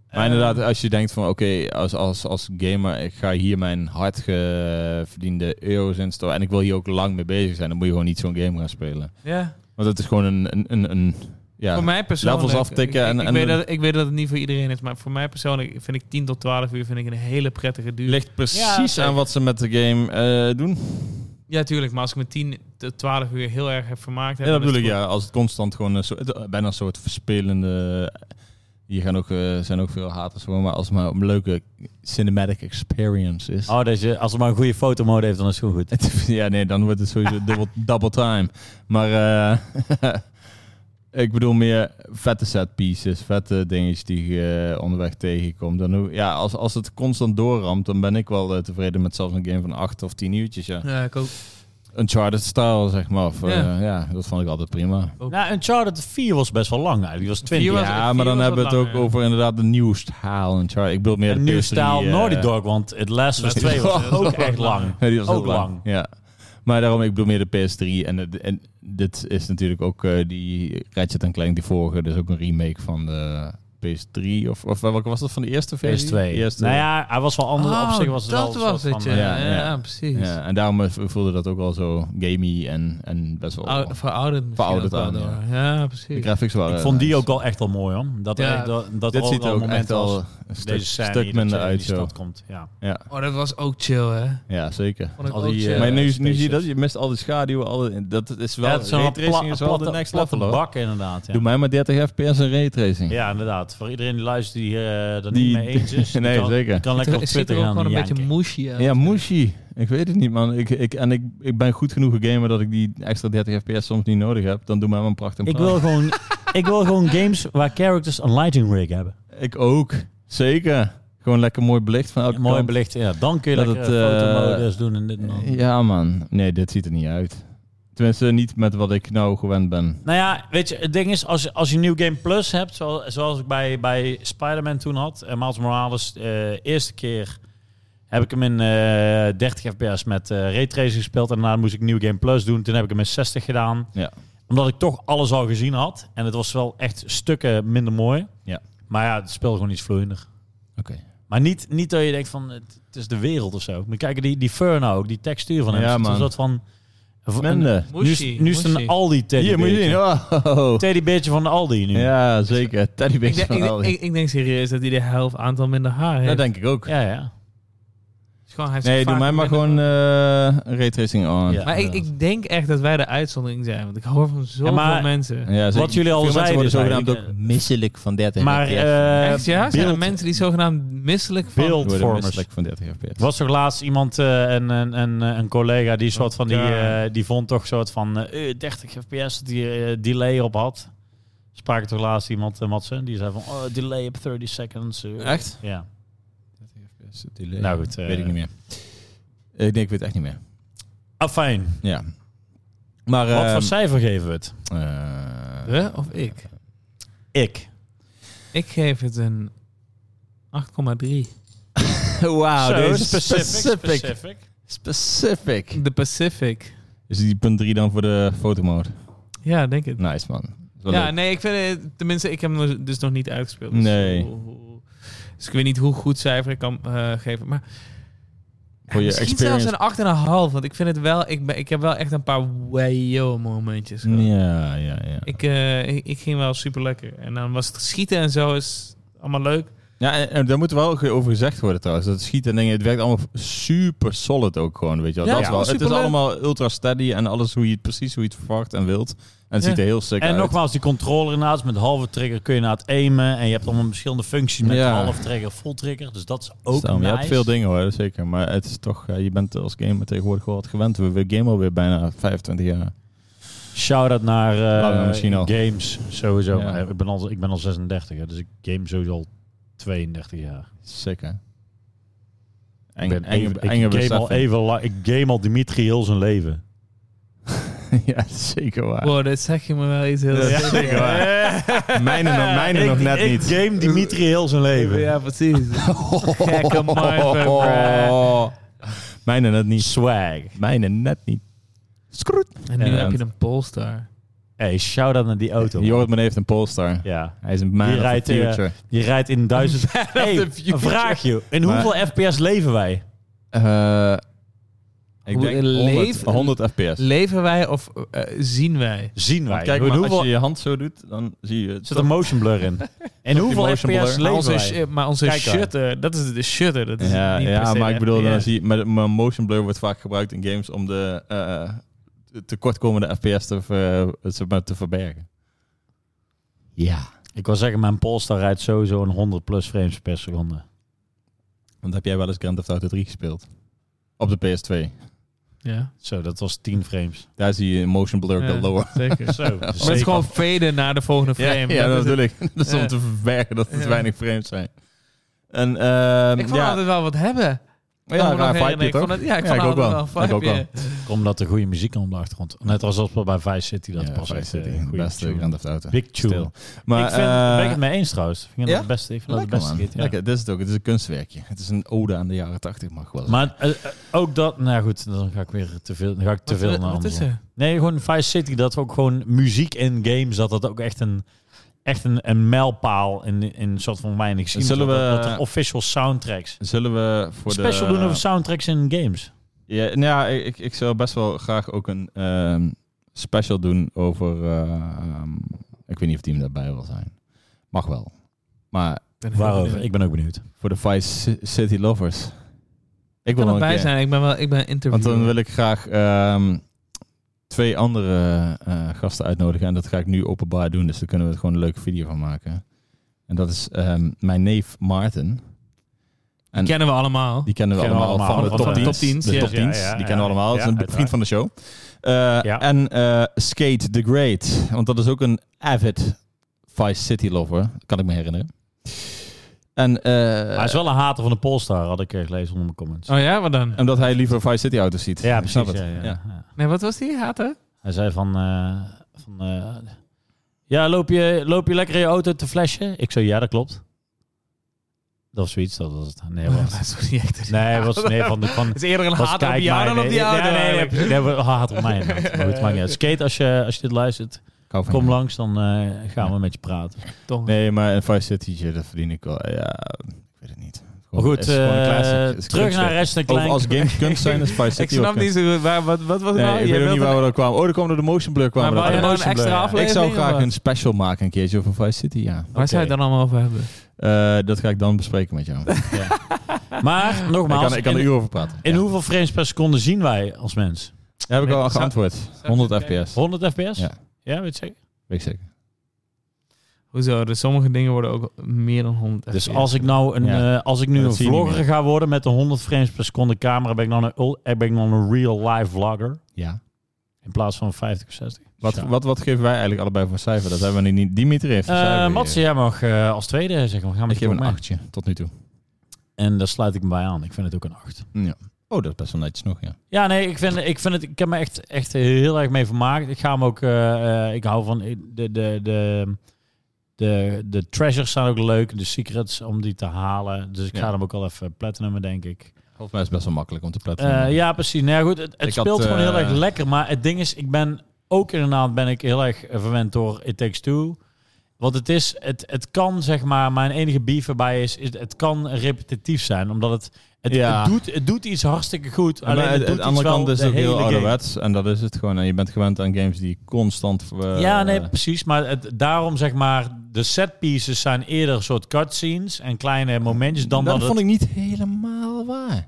eh,
Maar inderdaad, als je denkt van oké, als, als, als gamer, ik ga hier mijn hard verdiende euro's in stoppen en ik wil hier ook lang mee bezig zijn, dan moet je gewoon niet zo'n game gaan spelen.
Ja.
Want het is gewoon een, een, een, een ja,
voor mij persoonlijk.
levels aftikken
ik-
en-
ik,
en-
weet dat, ik weet dat het niet voor iedereen is, maar voor mij persoonlijk vind ik 10 tot 12 uur vind ik een hele prettige duur.
ligt
Ja,
precies
zeker.
aan wat ze met de game eh, doen.
Ja, tuurlijk. Maar als ik me 10 tot 12 uur heel erg heb vermaakt. Heb,
Ja, dat
dan is
bedoel ik,
het
ja. Als het constant gewoon een soort, eh, bijna een soort verspelende... eh, Hier gaan ook, eh, zijn ook veel haters voor, maar als het maar een leuke cinematic experience
Ah.
is.
Oh, deze, als het maar een goede fotomode heeft, dan is het gewoon goed.
ja, nee, dan wordt [laughs] het
[laughs]
sowieso double, double time. Maar eh, [laughs] ik bedoel meer vette set pieces, vette dingetjes die je eh, onderweg tegenkomt. Dan, hoe- ja, als, als het constant doorramt, dan ben ik wel eh, tevreden met zelfs een game van 8 of 10 uurtjes. Ja.
goed. Ja, ik ook.
Uncharted style, zeg maar. Of, eh,
Ja.
ja, dat vond ik altijd prima.
[laughs] Nou, Uncharted 4 was best wel lang eigenlijk. Die was 20
Vier was-
jaar.
Ja, maar dan
was
hebben we
wat
het ook
langer.
over inderdaad de nieuwe stijl. En Char- ik bedoel meer
Een
de
nieuwe
PS3,
stijl
eh,
Naughty
[laughs]
Dog, want het Last was
Last
2
was-
was
was
ook
ook
echt
lang.
lang.
Ja, die was
Ook
ook lang.
lang.
Ja. Maar daarom, ik bedoel meer de PS3. En, het- en dit is natuurlijk ook eh, die Ratchet en Clank, die vorige. Dus ook een remake van de PS3. Of, of welke was dat van de eerste versie?
PS2.
De eerste.
Nou ja, hij was wel anders.
Oh,
Op zich was het
dat
wel een
was
soort
het,
van,
ja.
eh,
Ja,
ja.
precies.
Ja, en daarom eh, voelde dat ook wel zo gamey en, en best wel...
Oh,
Ou- verouderd misschien
Verouderd
ook wel
aan,
door. ja, precies.
de graphics waren...
Ik vond die
Oh, nice.
ook wel echt wel mooi, hoor. Dat,
Ja.
echt- dat, dat
Dit
al
ziet er
dat
ook
moment
echt al
was.
een stuk,
Deze scène
stuk
hier, dat
minder
ze in
uit
die
zo.
stad komt. Ja.
Ja,
Oh, dat was ook chill, hè?
ja, zeker.
Vond ik
Al
ook
die,
chill.
eh,
maar nu, nu zie je
spaceships.
dat, je mist al die schaduwen, al die- dat is wel...
Ja, het is wel een
raytracing
pla-
is wel de
platte-
next
platte
level, hoor.
bak inderdaad. ja.
Doe mij maar 30 fps en raytracing.
Ja, inderdaad. Voor iedereen die luistert die eh dat niet
Die-
mee eens [laughs] is. Mm. die
Nee,
kan,
zeker.
die kan lekker op
Het ziet
Twitter
er ook
gaan
gewoon een
janken.
beetje moesje eh. uit.
Ja, Mushi. Ik weet het niet, man. Ik, ik, en ik, ik ben goed genoeg een gamer dat ik die extra 30 fps soms niet nodig heb. Dan doe mij maar een prachtig
Ik wil, gewoon, [laughs] ik wil gewoon games waar characters een lighting rig hebben.
Ik ook. Zeker. Gewoon lekker mooi belicht van elke
Mooi
kant.
belicht. Ja, dan kun je
Dat
lekker
het, eh,
fotomodes doen en dit en dat.
Ja, man. Nee, dit ziet er niet uit. Tenminste, niet met wat ik nou gewend ben.
Nou ja, weet je, het ding is, als, je- als je New Game Plus hebt, zo- zoals ik bij, bij Spider-Man toen had, en Miles Morales eh, eerste keer Heb ik hem in eh, 30 fps met eh raytracing gespeeld. En daarna moest ik New Game Plus doen. Toen heb ik hem in 60 gedaan.
Ja.
Omdat ik toch alles al gezien had. En het was wel echt stukken minder mooi.
Ja.
Maar ja, het speelde gewoon iets vloeiender.
Oké.
Maar niet, niet dat je denkt van, het, het is de wereld of zo. Moet kijken, die, die fur nou ook, die textuur van hem.
Ja,
het is een
man.
soort van... een-
Mende.
nu is, nu is het een Aldi teddy
Hier moet je zien.
[laughs]
Oh.
Teddybeertje van de Aldi nu.
Ja, zeker.
Ik,
Teddybeertje
denk- ik,
van
denk-
Aldi.
ik, ik denk serieus dat hij de helft aantal minder haar heeft.
Dat denk ik ook.
ja. ja.
Het is gewoon, hij is
Nee, doe
vaak
mij maar
minder-
gewoon eh raytracing on.
Ja.
Ja.
Maar ik, ik denk echt dat wij de uitzondering zijn. Want ik hoor van zoveel
maar-
mensen.
zeker.
Wat jullie al
Veel mensen
zeiden
worden
is
zogenaamd
eigenlijk,
ook misselijk van 30
Maar
fps.
eh,
Echt, ja? Zijn er
beeld-
mensen die zogenaamd misselijk van...
beeld-
Ze worden
Formers.
misselijk van 30 fps.
Er was toch laatst iemand, eh, een, een, een, een collega, die, soort van, die,
Ja.
eh, die vond toch soort van eh, eh, 30 fps die eh, delay op had. Sprak ik toch laatst iemand, eh, Matsen, die zei van oh, delay op 30 seconds. eh.
Echt?
Ja.
30 fps. delay.
Nou goed, eh,
weet ik niet meer. Ik denk, ik weet het echt niet meer.
Afijn.
Ja. Maar...
Ah, Wat
eh,
voor cijfer geven we het?
eh,
We of ik?
Ik.
Ik geef het een 8,3.
[laughs] Wauw,
Zo,
dit is
specific,
specific.
specific.
Specific.
De Pacific.
Is die punt 3 dan voor de fotomode?
Ja, denk het.
Nice, man. Is wel
Ja,
leuk.
nee, ik vind het... Tenminste, ik heb hem nog- dus nog niet uitgespeeld. Dus,
Nee.
hoe- hoe- dus ik weet niet hoe goed cijfer ik kan eh, geven. Maar
Voor je
misschien
experience.
zelfs een 8,5. Want ik vind het wel... Ik, ben, ik heb wel echt een paar wayo momentjes gehad.
Ja, ja, ja.
Ik, eh, ik, ik ging wel super lekker. En dan was het schieten en zo is allemaal leuk.
Ja, en, en daar moet wel ge- over gezegd worden trouwens. Dat schieten en dingen, het werkt allemaal super solid ook gewoon, weet je wel.
Ja,
dat is
ja,
wel het is
superleuk.
allemaal ultra steady en alles hoe je het precies hoe je het verwacht en wilt. En het
Ja.
ziet er heel sick
En
uit.
nogmaals, die controller inderdaad, met halve trigger kun je naar het aimen. En je hebt allemaal verschillende functies met
Ja.
half trigger, full trigger. Dus dat is ook
Stel, maar
nice.
Je hebt veel dingen hoor, zeker. Maar het is toch, eh, je bent als gamer tegenwoordig wel wat gewend. We, we gamen alweer bijna 25 jaar.
Shout-out naar eh,
Langer misschien al.
games, sowieso.
Ja.
Maar Ik, ben al, ik ben al 36, hè, dus ik game sowieso al 32 jaar.
Zeker.
Ik,
Eng,
ben
enge,
even,
enge
ik, game al
beseffing.
even la- ik game al Dimitri heel zijn leven.
[laughs] ja, zeker waar.
Wow, dit zeg je me wel iets heel...
Ja,
slim.
zeker waar. Mijne, nog- mijne
ik,
nog net
ik
niet.
game Dimitri heel zijn leven.
Ja, precies.
[laughs]
Gekke mindfuck, bruh.
Oh, Mijne net niet.
Swag.
Mijne net niet. Skroet.
En nu
Ja,
heb je
want-
een Polestar.
Hey, shout-out naar die auto. man.
Jorrit heeft een Polestar.
Ja.
Hij is een man
Die
of the
rijdt, eh,
future.
Je rijdt in
[laughs]
duizend...
[laughs]
hey,
the future.
een vraagje. In
Maar-
hoeveel FPS leven wij?
Eh, ik
Hoe-
denk
leef-
100, 100 fps.
Leven wij of eh, zien wij?
Zien wij.
Kijk
In
maar,
hoeveel...
als je je hand zo doet, dan zie je het.
Zit er motion blur
[laughs]
in? En hoeveel
motion blur?
FPS
Maar
leven
onze,
wij?
sh- maar onze
Kijk daar.
shutter, dat is de shutter. Dat is
Ja,
niet per
ja
se
maar ik
een
bedoel, dan
FPS.
zie je, maar, maar motion blur wordt vaak gebruikt in games om de eh, de tekortkomende fps te, ver- zeg maar, te verbergen. Ja.
Ik wil zeggen, mijn Polestar rijdt sowieso een 100 plus frames per seconde.
Want heb jij wel eens Grand Theft Auto 3 gespeeld? Op de PS2.
Ja,
Zo, dat was 10 frames. Dus
Daar zie je motion blur
Ja,
wel lower.
zeker. Maar
Zo,
het is gewoon faden naar de volgende
Ja, [laughs]
frame.
ja, dat
is het.
bedoel ik. Dat is
Ja.
om te verbergen dat het
Ja.
weinig frames zijn. En, ehm,
Ik vond
ja,
altijd wel wat hebben. Ik kan
ja,
me nog
raar
herinneren,
vibe
ik vond
toch?
het- Ja, ik
Ja,
vond
ik ook
altijd
wel.
wel een
Ik ook
vibe,
wel.
ja.
Omdat er goede muziek aan op de achtergrond. Net als we bij Vice City dat
Ja,
pas
Vice
echt,
City,
eh, goede
beste
tune.
Grand Theft Auto.
Big tune.
Stil. Maar,
ik vind,
eh,
ben ik het mee eens trouwens. Ik vind dat
ja?
het beste, ik vind dat het
lekker
beste
man.
hit, ja.
Lekker, dit is het ook. Het is een kunstwerkje. Het is een ode aan de jaren 80 mag ik wel.
Maar eh, eh, ook dat, nou goed, dan ga ik weer te veel, dan ga ik te
Wat-
veel naar
Wat is
andersom.
er?
Nee, gewoon Vice City, dat ook gewoon muziek in games, dat dat ook echt een, echt een, een mijlpaal in, in een soort van mijn geschiedenis.
Zullen
dat-
we-
dat er official soundtracks.
Zullen we voor
Special
de...
doen over soundtracks in games.
Ja, nou ja, ik, ik zou best wel graag ook een ehm, special doen over... ehm, ik weet niet of die daarbij wil zijn. Mag wel. Maar
Ik ben heel
Waarover?
benieuwd.
Ik ben ook benieuwd.
voor de Vice Ci- City lovers. Ik,
Ik wil
nog een
erbij
keer.
zijn. Ik ben wel ik ben interviewer.
Want dan wil ik graag ehm, twee andere eh, gasten uitnodigen. En dat ga ik nu openbaar doen. Dus daar kunnen we er gewoon een leuke video van maken. En dat is ehm, mijn neef Maarten.
Die kennen we allemaal.
Die kennen we
Kennen we
allemaal,
allemaal,
van de
want van
top
de
10.
top 10's,
De
ja.
top 10's,
Ja, ja,
die
ja,
kennen we allemaal.
ja,
dat is een
uiteraard.
vriend van de show. Eh,
Ja.
En eh, Skate the Great. Want dat is ook een avid Vice City lover. Kan ik me herinneren. En, eh,
Maar hij is wel een hater van de Polestar, had ik eh, gelezen onder mijn comments.
Oh ja, wat dan?
omdat hij liever Vice City auto's ziet.
ja,
Ik snap
precies. Ja,
het.
ja,
Ja.
ja.
Nee, wat was die? Hater?
Hij zei van... eh, van eh, ja, loop je, loop je lekker in je auto te flashen? Ik zei, ja, dat klopt. Of zoiets, dat was het.
[laughs]
Nee,
Maar
wat.
dat is toch niet echt.
Nee, was, nee van, de- van,
Het is eerder een
was
haat op
kijk
jou
mij,
dan op
nee,
die
nee,
oude.
Nee, nee,
eigenlijk.
nee, we- haat op mij. inderdaad.
[laughs]
Maar goed, maakt niet uit. Skate, als je, als je dit luistert, kom lang, dan eh, gaan we met je praten.
Toch.
Nee, maar een Vice City, ja, dat verdien ik wel. Ja, ik weet het niet.
Maar
Gewoon-
goed,
het is gewoon een
eh,
classic. Het is
terug naar
kunstwerk.
Rest en
Of
Klein.
als games kunst zijn, is Vice City
Ik snap
ook
niet
kunst.
zo goed. waar- Wat wat was het
Nee,
nou?
ik
Jij
weet ook
wilt
niet
een-
waar we dan kwamen. Oh, daar kwam door de motion blur. Kwamen
Maar
we
wou je
eruit.
nou een
Motion
extra
blur.
aflevering?
ik zou
of
graag
wat?
een special maken een keertje over Vice City, ja.
Waar zou je het dan allemaal over hebben?
Eh, dat ga ik dan bespreken met jou. ik [laughs]
Maar, nogmaals,
kan, ik kan er
in,
een uur over praten.
in
ja.
hoeveel frames per seconde zien wij als mens?
Daar heb ik al
Zou-
geantwoord. 100 fps.
100 fps?
Ja.
Ja, weet je zeker?
Weet ik zeker.
Hoezo? Dus sommige dingen worden ook meer dan 100
Dus
FPS.
als ik nou een,
Ja.
eh, als ik nu
Dat
een
zie je niet
vlogger
meer.
ga worden met de 100 frames per seconde camera, ben ik dan een, ul- eh, ben ik dan een real life vlogger
Ja.
in plaats van 50 of 60.
Wat,
Ja.
wat, wat geven wij eigenlijk allebei voor cijfer? Dat hebben we niet. Dimitri heeft een
Eh
cijfer.
Matze, jij mag eh, als tweede zeggen. We gaan
ik
met je
geef een
mee.
achtje tot nu toe.
En daar sluit ik me bij aan. Ik vind het ook een 8.
Oh, dat is best wel netjes nog, ja.
Ja, nee, ik vind, ik vind het. Ik heb me echt, echt heel erg mee vermaakt. Ik ga hem ook. eh, eh, ik hou van. De, de, de, de, de treasures zijn ook leuk. De secrets om die te halen. Dus ik
Ja.
ga hem ook al even platinumen, denk ik.
Volgens mij is het best wel makkelijk om te platten.
Eh, ja, precies. Nou ja, goed, het, het
Ik had,
speelt gewoon heel
eh,
erg lekker. Maar het ding is, ik ben ook inderdaad ben ik heel erg eh, verwend door It Takes Two. Want het is, het, het kan zeg maar, mijn enige beef erbij is, is het kan repetitief zijn. Omdat het, het,
Ja.
het doet, het doet iets hartstikke goed.
Aan
Alleen het, doet
de
iets
andere
wel
kant is
de
het ook
hele
heel
game.
ouderwets. En dat is het gewoon. En je bent gewend aan games die constant... eh,
ja, nee, precies. Maar het, daarom zeg maar, de set pieces zijn eerder een soort cutscenes en kleine momentjes dan dat,
dat
het-
vond ik niet helemaal waar.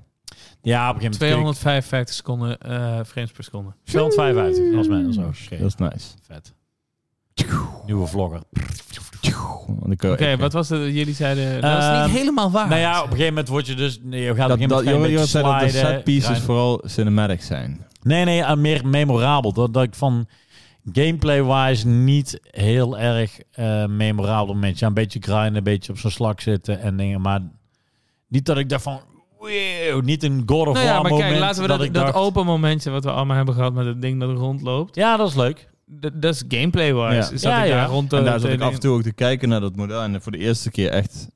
Ja, op een gegeven moment.
255 seconden eh, frames per seconde.
255 als men zo.
Dat is nice.
Vet. Nieuwe vlogger.
Want ik, eh,
Oké, wat was het? Jullie zeiden...
dat is niet Ehm,
helemaal waar.
Nou ja, op een gegeven moment word je dus... Nee, je gaat
Dat,
op een
dat,
gegeven moment
Joris
ga
zei
je een
dat de
beetje sliden,
set pieces
grinden.
vooral cinematic zijn.
Nee, nee, aan meer memorabel. Dat, dat ik van gameplay-wise niet heel erg eh, memorabel moment. Ja, een beetje grinden, een beetje op zijn slak zitten en dingen. Maar niet dat ik daarvan... Wow, niet een God of
Nou ja,
War
maar
moment.
kijk, laten we dat,
ik
dat
dacht,
open momentje wat we allemaal hebben gehad met het ding dat rondloopt.
Ja, dat is leuk.
Dat, dat is gameplay-wise.
Ja.
Zat
Ja,
ik
ja.
daar rond te-
en daar
te
zat ik
dingen-
af en toe ook te kijken naar dat model. En voor de eerste keer echt,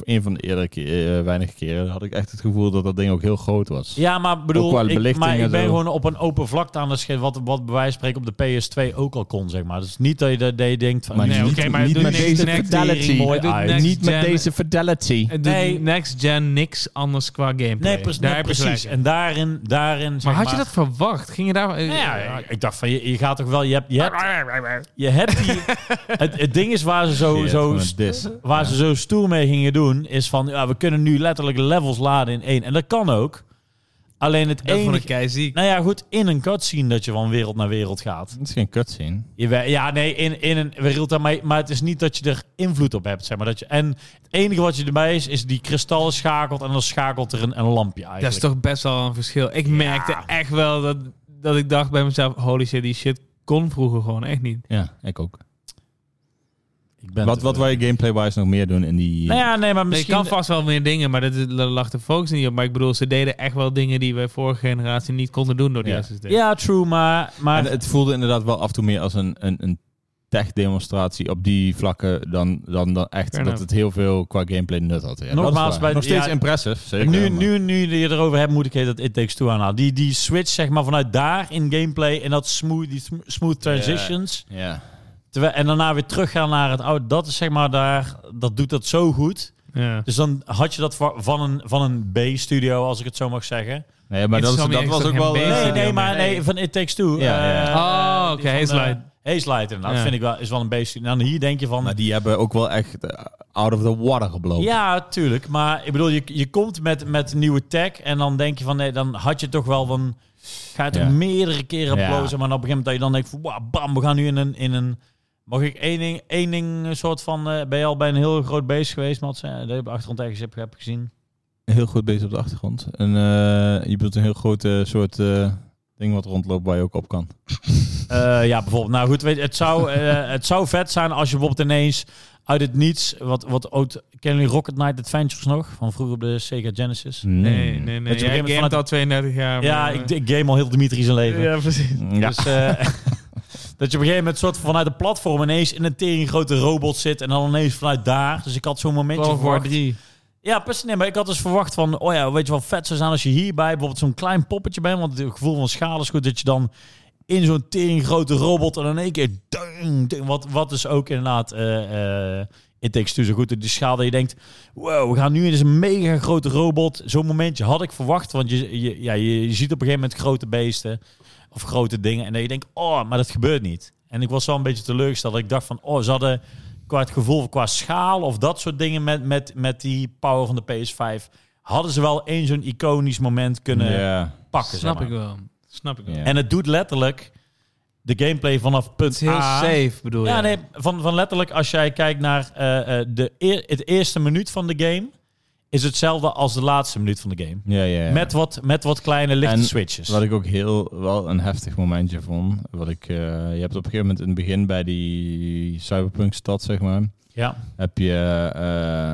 een van de eerdere keer, eh, weinige keren, had ik echt het gevoel dat dat ding ook heel groot was.
Ja, maar
Ook qua
bedoel, ik,
belichting
maar ik
en
ben
zo.
gewoon op een open vlakte aan de schip, wat, wat bij wijze van spreken op de PS2 ook al kon, zeg maar. Dus niet dat je, dat je denkt van...
Maar
Nee,
Niet-
oké, maar het
niet
doet
met
niks
deze Ah,
next-
fidelity.
het doet
Uit.
next gen-
fidelity.
Het doet
Nee.
next gen niks anders qua gameplay.
Nee, precies.
Daar
nee,
heb je
precies.
gelijk.
En daarin, daarin zeg
Maar
maar
had je dat verwacht? Ging je daar...
Nou ja, ik- ik dacht van, je, je gaat toch wel... Je hebt, je hebt, je hebt
[laughs]
die... het, het ding is waar ze zo, zo, st- waar ze zo stoer mee gingen doen, is van... Ja, we kunnen nu letterlijk levels laden in één. En dat kan ook. Alleen het
dat vond ik
enige...
keiziek.
Nou ja, goed, in een cutscene dat je van wereld naar wereld gaat.
Het is geen cutscene.
Je we- ja, nee, in, in een wereld daarmee... Maar het is niet dat je er invloed op hebt, zeg maar. Dat je, en het enige wat je erbij is, is die kristallen schakelt... en dan schakelt er een, een lampje eigenlijk.
Dat is toch best wel een verschil. Ik merkte echt wel dat, dat ik dacht bij mezelf... Holy shit, die shit kon vroeger gewoon echt niet.
Ja, ik ook.
Ik ben
Wat,
te
wat
veel.
wou je gameplay-wise nog meer doen in die...
Nou ja, nee, maar
Ik
misschien...
kan vast wel meer dingen, maar dat is- daar lag de focus niet op. Maar ik bedoel, ze deden echt wel dingen die wij vorige generatie niet konden doen door die
Ja.
SSD.
ja, true, maar... maar
En het voelde inderdaad wel af en toe meer als een, een, een tech-demonstratie op die vlakken dan, dan, dan echt
Fair
dat
enough.
het heel veel qua gameplay nut had. Ja, dat is
Nogmaals,
waar.
bij-
Nog steeds
ja,
impressive, zeker.
nu,
maar-
nu, nu je erover hebt, moet ik even dat It Takes Two aanhalen. Die, die switch, zeg maar, vanuit daar in gameplay en dat smooth, die sm- smooth transitions.
Ja.
Terwijl, en daarna weer teruggaan naar het oude. Dat is zeg maar daar, dat doet dat zo goed.
Ja.
Dus dan had je dat va- van een, van een B-studio, als ik het zo mag zeggen.
Nee, maar dat, is-
Insomniac
dat
is
was
toch
ook wel...
geen
eh,
beest?
Nee, nee,
studio,
maar
maar
nee,
nee.
van It Takes Two.
Ja, ja.
Eh,
Oh,
die
oké,
van,
Hazelight.
eh, Hazelight, inderdaad.
Ja.
Vind ik wel, is wel een B-studio. Nou, hier denk je van...
Maar die hebben ook wel echt eh, out of the water geblopen.
Ja, tuurlijk. Maar ik bedoel, je, je komt met, met nieuwe tech en dan denk je van nee, dan had je toch wel van. Ga je toch
Ja.
meerdere keren
Ja.
blozen, maar dan op een gegeven moment dat je dan denkt van wow, bam, we gaan nu in een. In een Mag ik één ding, één ding een soort van... eh, ben je al bij een heel groot beest geweest, Mats? Eh, Dat je op de achtergrond ergens hebt, heb gezien.
Heel goed bezig op de achtergrond. En eh, je bedoelt een heel groot eh, soort eh, ding wat rondloopt waar je ook op kan.
Eh, ja, bijvoorbeeld. Nou goed, weet, je, het, zou, eh, het zou vet zijn als je bijvoorbeeld ineens uit het niets... Wat, wat ooit... Kennen jullie Rocket Knight Adventures nog? Van vroeger op de Sega Genesis.
Hmm.
Nee, nee,
Dat
nee.
je op een gegeven
Jij
moment
gamet
vanuit-
al 32 jaar.
Ja,
maar-
ik, ik game al heel Dimitri zijn leven.
Ja, precies.
Ja.
Dus, eh, [laughs] dat je op een gegeven moment soort van vanuit het platform ineens in een tering grote robot zit en dan ineens vanuit daar. Dus ik had zo'n momentje
Gewoon voor
verwacht.
drie.
Ja, precies. Nee, maar ik had dus verwacht van, oh ja, weet je wel, vet zou zijn als je hierbij bijvoorbeeld zo'n klein poppetje bent. Want het gevoel van schade is goed dat je dan in zo'n tering grote robot en in één keer... dung, dung, wat, wat is ook inderdaad... eh eh in tekst zo goed. Die schade, dat je denkt, wow, we gaan nu in een mega grote robot. Zo'n momentje had ik verwacht, want je, je, ja, je, je ziet op een gegeven moment grote beesten of grote dingen. En dat je denkt, oh, maar dat gebeurt niet. En ik was wel een beetje teleurgesteld. Ik dacht van, oh, ze hadden qua het gevoel, qua schaal of dat soort dingen met, met, met die power van de PS5, hadden ze wel één zo'n iconisch moment kunnen
Ja.
pakken. zeg
Snap
maar.
ik wel. Snap ik wel.
Ja.
En het doet letterlijk de gameplay vanaf punt
Het is heel
A
safe, bedoel
Ah. ja,
je?
nee, van, van letterlijk als jij kijkt naar eh, eh, de eer- het eerste minuut van de game, is hetzelfde als de laatste minuut van de game.
Ja, ja, ja.
Met, wat, met wat kleine lichte
En
switches.
Wat ik ook heel wel een heftig momentje vond. Wat ik, eh, je hebt op een gegeven moment in het begin bij die cyberpunk stad, zeg maar,
ja.
heb je eh,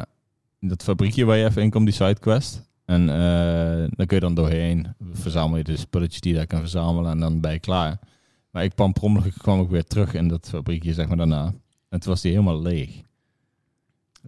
dat fabriekje waar je even in komt, die sidequest. En eh dan kun je dan doorheen. Verzamel je de spulletjes die je daar kan verzamelen en dan ben je klaar. Maar ik kwam per ongeluk kwam ik weer terug in dat fabriekje, zeg maar, daarna. En toen was die helemaal leeg. Er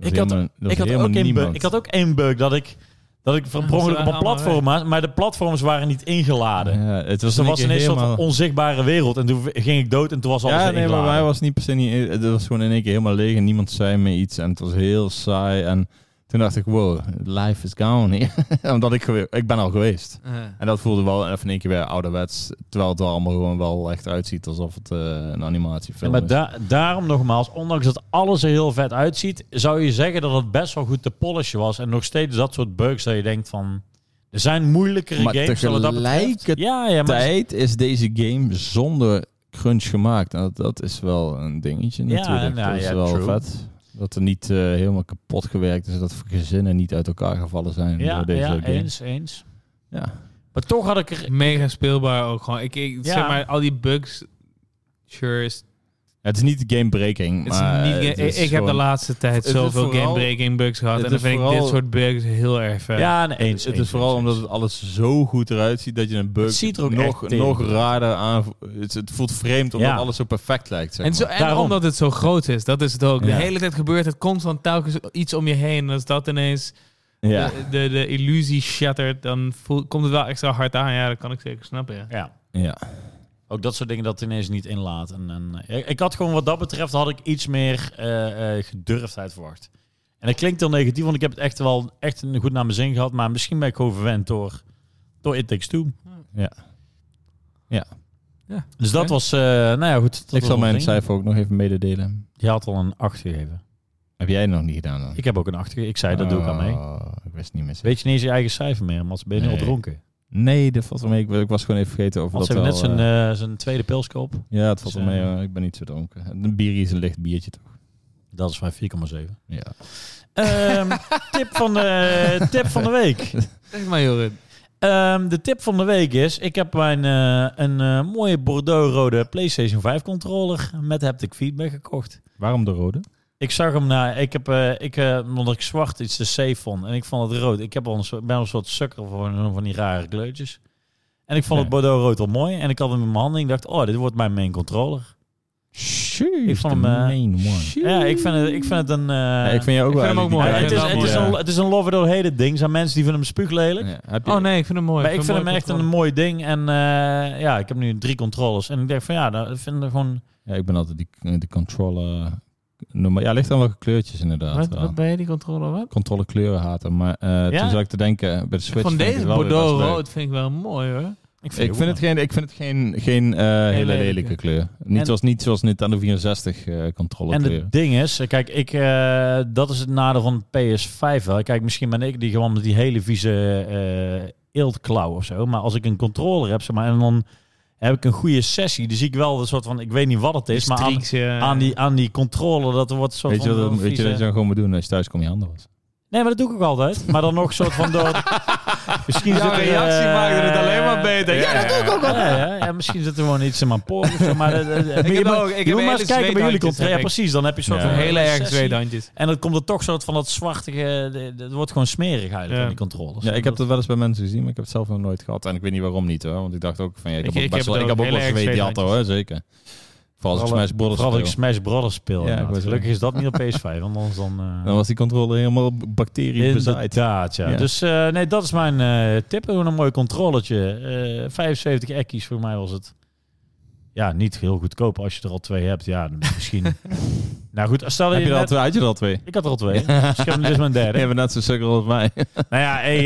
was
Ik had-
helemaal- er was
Ik had,
helemaal
ook één bug,
niemand.
ik had ook één bug dat ik, dat ik van
Ja,
per ongeluk
ze
op een
waren
platform was, maar de platforms waren niet ingeladen.
Ja, het
Dus
was
er
in één
was
keer
ineens een soort
helemaal-
onzichtbare wereld en toen ging ik dood en toen was alles
Ja,
weer
nee, maar
ingeladen.
mij was niet per se niet... Het was gewoon in één keer helemaal leeg en niemand zei me iets. En het was heel saai. En toen dacht ik, wow, life is gone [laughs] here. Omdat ik, gewe- ik ben al geweest.
Eh.
En dat voelde wel even in één keer weer ouderwets. Terwijl het er allemaal gewoon wel echt uitziet alsof het eh, een
Ja,
animatiefilm
maar
is.
da- daarom nogmaals, ondanks dat alles er heel vet uitziet, zou je zeggen dat het best wel goed te polishen was. En nog steeds dat soort bugs dat je denkt van, er zijn moeilijkere
Maar
games. zullen dat betreft.
tegelijkertijd-
ja, ja, maar
Tijd is deze game zonder crunch gemaakt. En dat, dat is wel een dingetje
Ja,
natuurlijk.
nou
dat is
ja,
wel
true.
vet. Dat er niet eh, helemaal kapot gewerkt is. Dat gezinnen niet uit elkaar gevallen zijn
ja,
door deze
ja,
game.
eens, eens.
Ja.
Maar toch had ik er...
Mega speelbaar ook gewoon. Ik, ik,
Ja.
Zeg maar, al die bugs... Sure, is,
Het is niet gamebreaking,
het is
maar
niet,
het
ik
is
ik heb de
gewoon-
laatste tijd
Het is
zoveel
vooral-
game-breaking bugs gehad.
het
En dan
is
vind ik dit
vooral-
soort bugs heel erg vet.
Ja, nee, eens.
het
eens,
is vooral
eens,
omdat
eens.
het alles zo goed eruit ziet dat je een bug
Het ziet er ook
nog,
echt tegen.
nog raarder aan. Het, het voelt vreemd omdat
Ja.
alles zo perfect lijkt. Zeg
En, zo,
maar.
en
Daarom.
omdat het zo groot is, dat is het ook. De
Ja.
hele tijd gebeurt het constant telkens iets om je heen. En als dat ineens
ja.
de, de, de illusie shattert, dan voelt, komt het wel extra hard aan. Ja, dat kan ik zeker snappen. Ja.
Ja,
ja.
ook dat soort dingen dat ineens niet inlaat. En, en, eh, ik had gewoon wat dat betreft had ik iets meer eh, eh, gedurfdheid verwacht. En dat klinkt heel negatief, want ik heb het echt wel echt een goed naar mijn zin gehad. Maar misschien ben ik gewoon verwend door, door It Takes Two.
Ja. Ja.
Ja.
Dus dat
Oké.
was, eh, nou ja, goed. dat
Ik
was
zal mijn
mijn ding.
cijfer ook nog even mededelen.
Je had al een 8 gegeven.
Heb jij nog niet gedaan dan?
Ik heb ook een 8 gegeven. Ik zei, dat doe ik aan mee.
Oh, Ik wist niet meer. zeker.
Weet je niet eens je eigen cijfer meer, Mats? Ben je nu al
Nee.
dronken?
Nee, dat valt wel mee. Ik, ik was gewoon even vergeten over
Mats
dat
heeft net
wel,
zijn,
eh,
eh, zijn tweede pilske op.
ja, het valt wel
zijn-
mee. hoor. Ik ben niet zo dronken. Een bier is een licht biertje toch?
Dat is van 4,7.
[laughs] Ja.
Ehm, tip, van de, tip van de week.
Zeg maar, Jorin.
Ehm, de tip van de week is: ik heb mijn, eh, een eh, mooie Bordeaux-rode PlayStation 5 controller met haptic feedback gekocht.
Waarom de rode?
Ik zag hem na. Ik heb, eh, ik, eh, omdat ik zwart iets te safe vond en ik vond het rood. Ik heb al een, soort- ben al een soort sukker eh, van, van die rare kleurtjes. En ik vond het
Ja.
Bordeaux-rood wel mooi. En ik had hem in mijn handen. en Ik dacht, oh, dit wordt mijn main controller.
ik
vond
vond hem...
hem, eh,
main one.
Ja, ik vind het, ik vind het een. eh,
Ja, ik vind jij ook
ik
wel
vind hem
eigenlijk
ook mooi.
ja,
die-
het,
vind
is, het,
hem wel
is
mooi,
een, het is een love it or hate it ding. Er zijn mensen die vinden hem spuuglelijk.
Ja, heb je-
Oh nee, ik vind hem mooi.
Maar ik vind hem
mooi
echt een mooi ding. En eh, ja, ik heb nu drie controllers. En ik denk van ja, dat vinden gewoon...
Ja, ik ben altijd die, die controller... noem maar- Ja, ligt dan welke kleurtjes inderdaad.
Wat,
wel.
wat ben je die controller? Wat?
Controle kleuren haten. Maar eh,
Ja?
toen zat ik te denken, bij de Switch
Van
vind ik
deze
het wel weer best
Bordeaux oh,
leuk.
rood vind ik wel mooi hoor.
Ik vind het geen, ik vind het geen, geen eh, hele
lelijke.
lelijke, kleur. Niet,
En-
zoals, niet zoals Nintendo 64 eh controle
En
kleuren.
het ding is, eh, kijk, ik, eh, dat is het nadeel van PS5 wel. Kijk, misschien ben ik die gewoon met die hele vieze eh eeltklauw of zo. Maar als ik een controller heb, zeg maar, en dan heb ik een goede sessie. Dan zie ik wel een soort van, ik weet niet wat het is, maar aan,
eh.
aan, die, aan die controller, dat er wordt een soort
Weet je,
van...
wat, weet je
vieze-
dat je dan gewoon moet doen als je thuis kom je handen was?
Nee, maar dat doe ik ook altijd. Maar dan nog een soort van
[laughs]
door... Misschien zit
Jouw
er,
reactie
eh,
maakte het alleen maar beter. Ja, dat doe ik ook wel.
Ja, ja, ja, misschien zit er gewoon iets in mijn poort. of zo,
[laughs]
Maar, eh, eh, je
heb
moet-
ook- ik
je
heb
moet maar
hele
eens kijken bij jullie
zweethandjes,
contraire.
heb
Ja,
ik.
precies. Dan heb je een soort
Ja.
van
Hele erg
sessie.
zweethandjes.
En dan komt er toch soort van dat zwartige... eh, Het wordt gewoon smerig eigenlijk
Ja.
aan die controles.
Ja, ik heb dat wel eens bij mensen gezien, maar ik heb het zelf nog nooit gehad. En ik weet niet waarom niet hoor. Want ik dacht ook van, ja, ik
Ik-
heb
ik
ook best
heb
wel, ik
het
heb ook
ook.
wel
Hele erg
geweten die had hoor, zeker. Vooral als ik Smash Brothers
Vooral als ik
speel.
Smash Brothers speel.
Ja,
Ja,
ik wou
Gelukkig is dat niet op PS5, want anders dan... eh,
Dan was die controle helemaal bacteriën bezaaid.
Inderdaad, ja.
Ja.
Dus eh, nee, dat is mijn eh tip. Gewoon een mooi controletje. Eh 75 ekkies voor mij was het. Ja, niet heel goedkoop als je er al twee hebt. Ja, dan
[laughs]
misschien. nou goed, stel dat
Heb
je,
je er al
net-
twee? Had je er al twee?
Ik had er al
[laughs]
twee. Dus ik heb- dit is mijn derde.
Je bent net zo sukkel als mij. [laughs]
Nou ja, hey,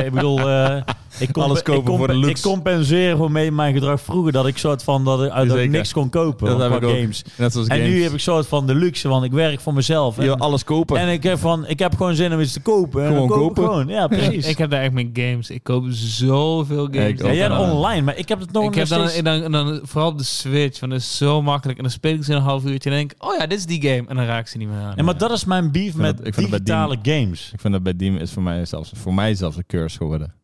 eh, ik bedoel, eh, ik, comp-
Alles kopen
ik, comp-
voor de luxe.
ik compenseer gewoon mee mijn gedrag vroeger dat ik soort van dat ik, dat ik
Zeker.
niks kon kopen
Dat
qua
heb ik ook.
games.
Net zoals
En
games.
nu heb ik soort van de luxe, want ik werk voor mezelf.
Je wil
En,
alles kopen.
en ik heb van, ik heb gewoon zin om iets te kopen. En dan
Gewoon
koop ik
kopen.
Gewoon. Ja, precies.
Ik heb daar echt met games. Ik koop zoveel games.
ik
Ja,
ook. eh,
jij
Ja.
online, maar ik heb het nog
Ik heb
nog
dan,
steeds-
dan, dan vooral op de Switch, want dat is zo makkelijk. En dan speel ik ze in een half uurtje en denk ik, oh ja, dit is die game. En dan raak ik ze niet meer aan.
Nee, maar dat is mijn beef met
dat- ik vind dat bij
digitale games.
Ik vind dat bij Diem is voor mij zelfs, voor mij zelfs een curse geworden.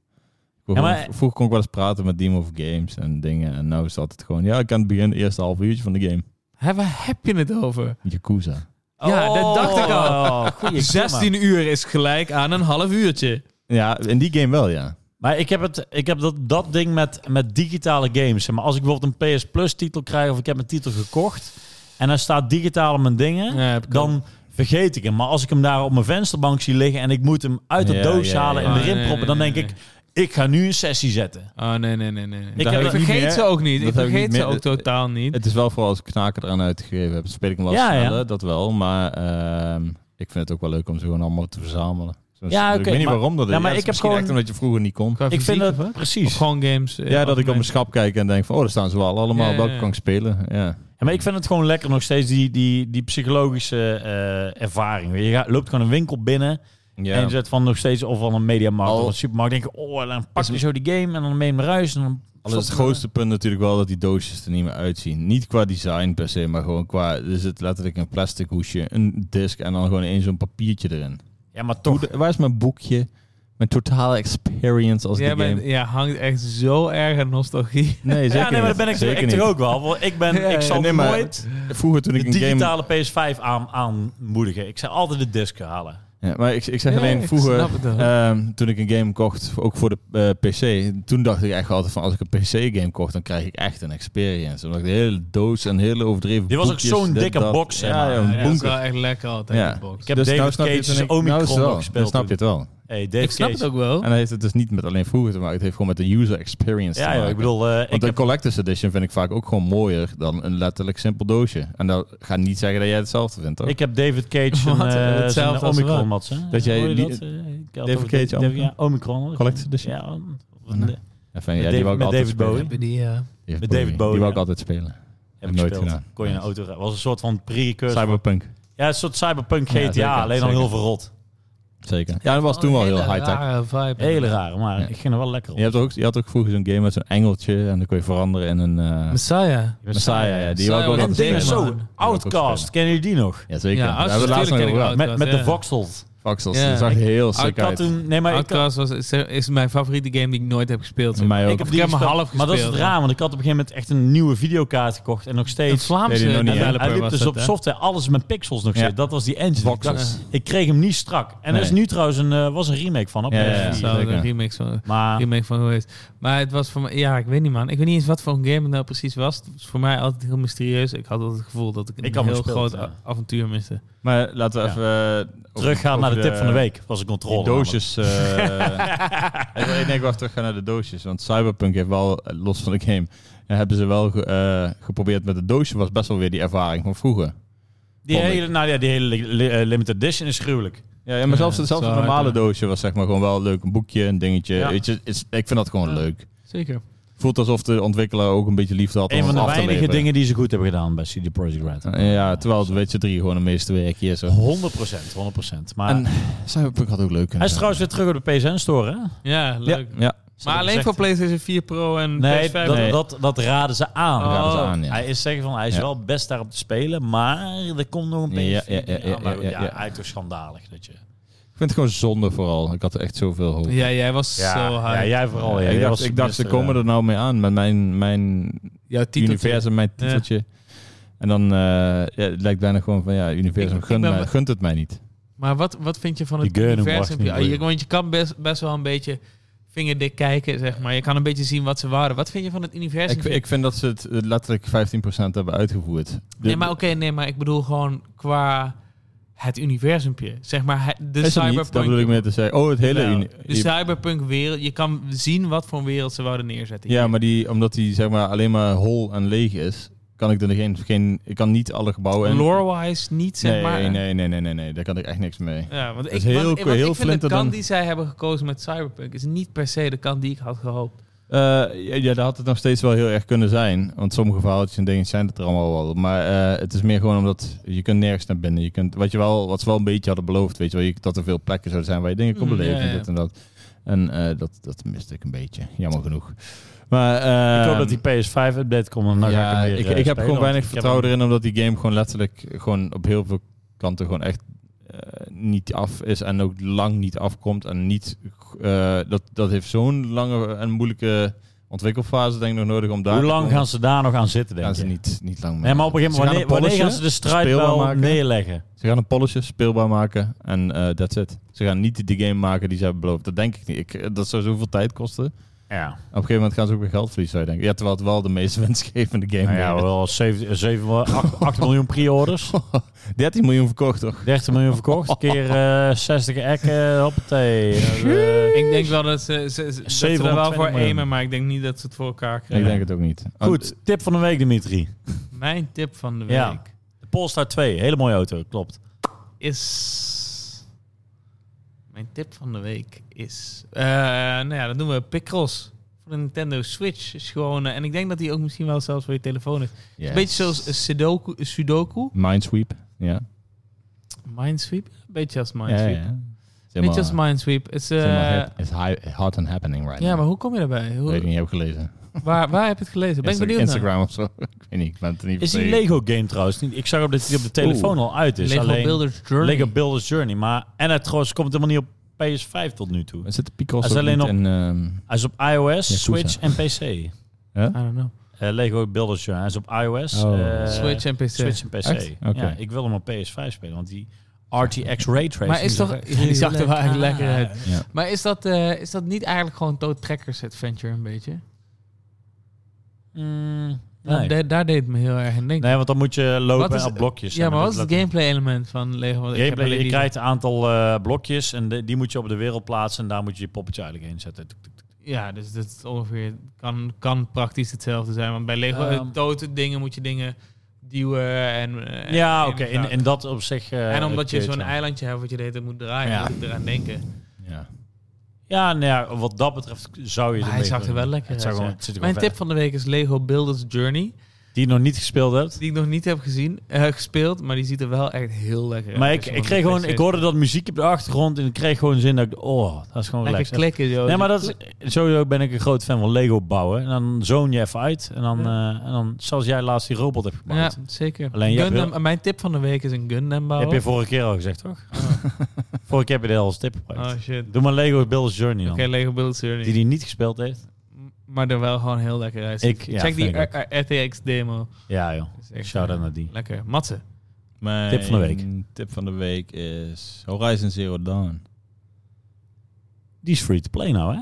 Ja,
Vroeger,
maar-
vroeger kon ik wel eens praten met Diem over games en dingen. En nu is het altijd gewoon, ja, ik kan het begin, het eerste half uurtje van de game.
Hè, waar heb je het over?
Yakuza.
Ja, dat dacht ik al.
Oh, goeie
16 uur is gelijk aan een half uurtje.
Ja, in die game wel, ja.
Maar ik heb, het, ik heb dat, dat ding met, met digitale games. Zeg Maar als ik bijvoorbeeld een PS Plus titel krijg of ik heb een titel gekocht en dan staat digitaal op mijn dingen,
Ja, heb ik ook.
dan vergeet ik hem. Maar als ik hem daar op mijn vensterbank zie liggen en ik moet hem uit de
Ja,
doos
ja,
halen
ja.
en
Ah,
erin
nee,
proppen, dan
nee,
denk ik,
nee.
ik ga nu een sessie zetten.
Oh, nee, nee, nee, nee.
heb
ik
ik
niet
vergeet
meer.
ze ook niet.
Dat
Ik
heb ik
vergeet
niet
ze
meer.
ook totaal niet.
Het is wel vooral als ik knaken eraan uitgegeven heb. Speel ik hem wel
Ja,
sneller,
ja.
dat wel. Maar ehm, ik vind het ook wel leuk om ze gewoon allemaal te verzamelen. Zo'n-
Ja,
ik
oké,
weet niet
maar-
waarom dat
Ja,
is.
maar
het
ik
is
heb
misschien
gewoon-
echt omdat je vroeger niet kon.
Qua
Ik
fysiek
vind dat
of wat? Of
precies.
gewoon games. eh,
Ja, dat ik op mijn
algemeen.
schap kijk en denk van, oh, daar staan ze wel allemaal.
Ja,
Welke
ja.
kan ik spelen? Ja.
Ja, maar ik vind het gewoon lekker nog steeds die, die, die psychologische eh, ervaring. Je gaat, loopt gewoon een winkel binnen
ja.
en je zet van nog steeds of van een mediamarkt
Al-
of een supermarkt. denk je, oh, en dan pak
Is-
je zo die game en dan mee naar huis. En dan
Al is het
Stop.
grootste punt natuurlijk wel dat die doosjes er niet meer uitzien. Niet qua design per se, maar gewoon qua... Er zit letterlijk een plastic hoesje, een disc en dan gewoon één zo'n papiertje erin.
Ja, maar toch.
Hoe de- waar is mijn boekje? Mijn totale experience als
Jij
die game.
bent- Ja, hangt echt zo erg aan nostalgie.
Nee, zeker
Ja, nee, maar dat ben ik,
niet. zeker
ik toch
niet.
ook wel. Want ik,
[laughs]
ben,
Ja,
ik zal
nee, maar
nooit
Vroeger toen
de
ik een game...
digitale PS5 aan, aanmoedigen. Ik zou altijd de disc halen.
Ja, maar ik, ik zeg
Ja,
alleen,
ik
vroeger
snap het wel.
ehm, toen ik een game kocht, ook voor de eh, PC, toen dacht ik echt altijd van als ik een PC-game kocht, dan krijg ik echt een experience. Omdat ik de hele doos en hele overdreven
Die was ook
boekjes,
zo'n
dit,
dikke
dat.
box, zeg
Ja,
maar.
ja, een
Ja,
dat is
bunker.
wel echt lekker altijd.
Ja.
die box.
Ik heb David
snap je het
Cage's
en ik- nou is het
Omicron
wel.
nog gespeeld
Dan snap
toen.
je het wel.
Hey, Dave
Ik snap
Cage.
het ook wel.
En dat heeft het dus niet met alleen vroeger te maken. Het heeft gewoon met de user experience te
Ja,
maken.
ja, ik bedoel, eh, ik
Want een
heb-
collector's edition vind ik vaak ook gewoon mooier dan een letterlijk simpel doosje. En dat gaat niet zeggen dat jij hetzelfde vindt, toch?
ik heb David Cage en
[laughs] Wat?
eh, zijn
Hetzelfde als we.
Omicron, Matsen.
Dat jij
Hoor je
die-
dat? Eh, ik had
David
over
Cage,
David- Ja, Omicron.
Collector's edition.
Ja, om-
Nee.
nee.
Ja,
Met
vind- ja, die
David-
wou ik
met
altijd
David
spelen.
Bowie.
Hebben die, eh,
David
Met
Bowie.
David Bowie,
Die wou ik
ja.
altijd spelen.
Heb
ik
ik
nooit
gespeeld.
gedaan.
Kon je een
Nice.
auto rijden. Was een soort van precursor.
Cyberpunk.
Ja, een soort cyberpunk
Ja,
GTA,
zeker,
alleen al
zeker.
heel verrot.
Zeker. Ja, dat was
Oh,
toen wel heel high-tech.
Hele raar, maar
Ja.
ik ging er wel lekker op.
Je, hebt ook, je had ook vroeger zo'n game met zo'n engeltje en dan kon je veranderen in een... eh
Messiah.
Messiah, ja. Die wou
Messiah
ik ook
was
En
altijd
een
dingen
spelen.
ding,
zo,
man.
Outcast, kennen jullie die nog?
Ja, zeker.
Ja,
Daar hebben we het
tuurlijk
laatst nog
ken ik
over gehad.
Met,
Outcast,
met de
Oh, ja.
voxels.
Voxels,
Ja.
dat zag heel
Ik
sick
had
uit.
toen, nee, maar ik, had-
Outcast was, is, is mijn favoriete game die ik nooit heb gespeeld.
Voor mij
ik
ook.
heb
Ik
die
heb hem
gespeeld.
half
Maar dat is het
gespeeld,
raar, want ik had op een gegeven moment echt een nieuwe videokaart gekocht en nog
Een
steeds.
Vlaamse
Deed hij nog niet, hè?
developer
Hij liep
was
dus
dat,
op
hè?
software, alles met pixels nog
Ja.
steeds. Dat was die engine. Ik,
Voxels.
dacht, ik kreeg hem niet strak. En er is
Nee.
nu trouwens een, eh, was een remake van. Op
Ja, ja,
PS4.
ja.
Daar
Zeker.
zou een remix van,
Maar
remake van geweest. Maar het was voor mij... Ja, ik weet niet, man. Ik weet niet eens wat voor een game het nou precies was. Het was voor mij altijd heel mysterieus. Ik had altijd het gevoel dat ik een
Ik had hem
heel
gespeeld,
groot
ja.
a- avontuur miste.
Maar laten we
Ja.
even... eh, over-
teruggaan naar de
over
tip van de week. Was een controle.
Die doosjes.
[laughs]
eh, ik wil ik denk wel terug gaan naar de doosjes. Want Cyberpunk heeft wel, eh, los van de game, eh, hebben ze wel ge- eh, geprobeerd met het doosje. Was best wel weer die ervaring van vroeger.
Die
Vond ik.
hele, nou ja, die hele li- li- eh, limited edition is gruwelijk.
Ja, ja maar zelfs,
Ja,
zelfs
zo
het
hard,
normale
ja.
doosje was zeg maar gewoon wel leuk. Een boekje, een dingetje.
Ja.
Weet je, is, ik vind dat gewoon
Ja.
leuk.
Zeker.
Voelt alsof de ontwikkelaar ook een beetje liefde had om
Een van
het
de
af te
weinige
leveren.
dingen die ze goed hebben gedaan bij CD Projekt Red.
Ja, terwijl het Witcher 3 gewoon een meesterwerk hier zo.
100%, 100%. Maar
En Cyberpunk had ook leuk kunnen
hij is
zijn.
trouwens weer terug op de PSN-store, hè?
Ja, leuk.
Ja,
Maar alleen voor PlayStation 4 Pro en
Nee,
PS5?
dat,
Nee.
Dat, dat raden ze aan.
ja.
Oh.
raden ze aan, ja.
Hij is zeggen van, hij is
Ja.
wel best daarop te spelen, maar er komt nog een
Ja,
PS4.
ja, ja, ja,
maar goed,
ja,
ja,
ja.
hij is toch schandalig dat je...
Ik vind het gewoon zonde vooral. Ik had er echt zoveel hoop.
Ja, jij was zo hard.
ja, jij vooral. Ja,
ik
Jij
dacht,
was
ik dacht ze
mister,
komen
eh,
er nou mee aan met mijn, mijn
Jouw titeltje.
universum, mijn
Ja.
titeltje. En dan eh, ja, het lijkt bijna gewoon van ja, universum
Ik- ik
gunt,
ben-
mij- gunt het mij niet.
Maar wat, wat vind je van
Die
het
Gurnum
universum?
wacht niet
Ja,
voor je.
je- want je kan best, best wel een beetje vingerdik kijken, zeg maar. Je kan een beetje zien wat ze waren. Wat vind je van het universum?
Ik, ik vind dat ze het eh, letterlijk 15% hebben uitgevoerd. De-
nee, maar oké, nee, maar ik bedoel gewoon qua het universumpje. Zeg maar het- de
is er niet,
cyberpunk. Nou,
dat bedoel ik meer te zeggen. Oh, het hele...
Jawel.
uni-
De cyberpunk wereld. Je kan zien wat voor een wereld ze wouden neerzetten.
Ja,
hier.
maar die, omdat die zeg maar alleen maar hol en leeg is, kan ik er geen, geen ik kan niet alle gebouwen. en-
Lore-wise niet, zeg
nee, nee,
maar.
nee, nee, nee, nee, daar kan ik echt niks mee.
Ja, want ik,
is heel-
want, want
heel
ik vind de
flinterdun.
kant die zij hebben gekozen met Cyberpunk is niet per se de kant die ik had gehoopt.
Eh, ja, ja, daar had het nog steeds wel heel erg kunnen zijn, want sommige verhaaltjes en dingen zijn het er allemaal wel. Maar eh, het is meer gewoon omdat je kunt nergens naar binnen. Je kunt, wat je wel, wat ze wel een beetje hadden beloofd, weet je wel, je- dat er veel plekken zouden zijn waar je dingen kon
Mhm,
beleven
ja,
en
ja.
dit en dat. En eh, dat, dat miste ik een beetje, jammer genoeg. Maar, eh,
ik hoop dat die PS5-update komt. En dan
ja,
ga ik, hem weer,
ik,
eh,
ik
spelen,
heb gewoon
want ik
weinig
heb
vertrouwen
hem-
erin, omdat die game gewoon letterlijk gewoon op heel veel kanten gewoon echt eh, niet af is en ook lang niet afkomt. En niet, eh, dat, dat heeft zo'n lange en moeilijke ontwikkelfase denk ik nog nodig om daar...
Hoe
te
lang
komen.
gaan ze daar nog aan zitten, denk
Gaan ze
je?
niet, niet lang
Nee, maar op een gegeven
Ze
moment,
gaan
wanneer, wanneer
een
gaan ze de strijd
speelbaar
wel
maken.
neerleggen?
Ze gaan een polisher speelbaar maken en eh that's it. Ze gaan niet die game maken die ze hebben beloofd. Dat denk ik niet. Ik, dat zou zoveel tijd kosten. Op
Ja,
een gegeven moment gaan ze ook weer geld verliezen, zou je denken. Ja, terwijl het wel de meest [laughs] winstgevende game
nou ja
is.
wel 7,
[laughs]
8, miljoen pre-orders.
13 miljoen verkocht, toch?
30 miljoen verkocht, keer eh 60 ekken, hoppatee. Eh,
Ik denk wel dat ze, ze, ze- dat ze er wel
720
voor
miljoen.
aimen, maar ik denk niet dat ze het voor elkaar
Ik
krijgen.
denk het ook niet.
Goed, tip van Oh, de week, Dimitri.
Mijn tip van de week
Ja. De Polestar 2, hele mooie auto, klopt.
is... Mijn tip van de week is... eh, nou ja, dat noemen we Picross. Voor de Nintendo Switch. Is gewoon, eh, en ik denk dat die ook misschien wel zelfs voor je telefoon is.
Yes.
Een beetje zoals eh, Sudoku. Sudoku.
Minesweep. Ja.
Minesweep? Een beetje als
ja, ja,
Minesweep.
ja. Zeg
Beetje als
maar,
Minesweep. Het is, eh,
zeg maar, het is hi- hot and happening right
ja, maar
now.
hoe kom je daarbij? Hoe-
Weet ik niet, heb ik gelezen.
waar, waar heb je het gelezen? Ben ik
Insta-
benieuwd naar.
Instagram of zo. [laughs] ik weet niet, ik ben het er niet
Is die
mee-
Lego game trouwens? niet? Ik zag op dat die op de telefoon al uit is.
Lego
alleen
Builders Journey.
Lego Builders Journey. Maar en het trouwens komt helemaal niet op PS5 tot nu toe.
Er zit de Picross
Hij is
ook
alleen
niet
op-
in, ehm,
Hij is op iOS,
Yakuza.
Switch en PC.
I don't know.
Eh, Lego Builders Journey. Hij is op iOS,
Oh.
eh,
Switch en PC.
Switch en PC.
Echt? Oké.
Ja, ik wil hem op PS5 spelen, want die RTX Ray Tracing...
Maar is toch... Die zag er wel eigenlijk lekker uit.
Ja.
Maar is dat, eh, is dat niet eigenlijk gewoon Toad Trekkers Adventure een beetje?
Mm,
Nou,
nee.
da- daar deed het me heel erg aan denken.
nee, dus want dan moet je lopen
Wat is-
op blokjes.
ja,
En
maar
dat
wat is het
laat-
gameplay element van Lego? Want ik heb
Gameplay,
alleen
je
die-
krijgt een aantal eh, blokjes en de- die moet je op de wereld plaatsen en daar moet je je poppetje eigenlijk heen zetten. Tuk, tuk, tuk.
Ja, dus dat is ongeveer kan, kan praktisch hetzelfde zijn. Want bij Lego
Ehm.
Toad dingen moet je dingen duwen en... eh, en-
ja,
en-
oké. In, in dat op zich. eh,
en omdat je
het, eh,
zo'n
ja.
eilandje hebt wat je de hele tijd moet draaien,
Ja.
moet ik eraan denken.
Ja.
Ja, nou ja, wat dat betreft zou je.
Maar
een
hij
beetje-
zag er wel lekker
het zou
uit,
gewoon-
ja.
het zit er
Mijn
gewoon
tip van de week is Lego Builders Journey.
verder. die je nog niet gespeeld hebt.
Die ik nog niet heb gezien, eh, gespeeld, maar die ziet er wel echt heel lekker uit. Dus
maar ik,
Als je
ik
hem op
kreeg
de
gewoon, ik
PlayStation-
hoorde dat muziek op de achtergrond en ik kreeg gewoon zin dat ik, oh, dat is gewoon
Lekker
relaxed.
klikken, joh.
Nee, maar dat is, sowieso ben ik een groot fan van Lego bouwen. En dan zoon je even uit en dan, eh, en dan zoals jij laatst die robot hebt
Ja,
gebouwd.
zeker.
Alleen je hebt
Gundam, Mijn tip van de week is een Gundam
heb
bouwen.
je vorige keer al gezegd, toch? [laughs] vorige keer heb je de als tip gebruikt.
Oh shit. Oké,
Doe maar Lego Builders Journey dan.
Lego Builders Journey.
Die die niet gespeeld heeft.
Maar er wel gewoon heel lekker uit.
Ik- ja,
Check die
vind ik
RTX demo.
Ja joh,
Is echt,
shout-out
eh,
naar die.
Lekker. Matze.
Mijn
Tip van de week.
Tip van de week is Horizon Zero Dawn.
Die is free to play nou hè?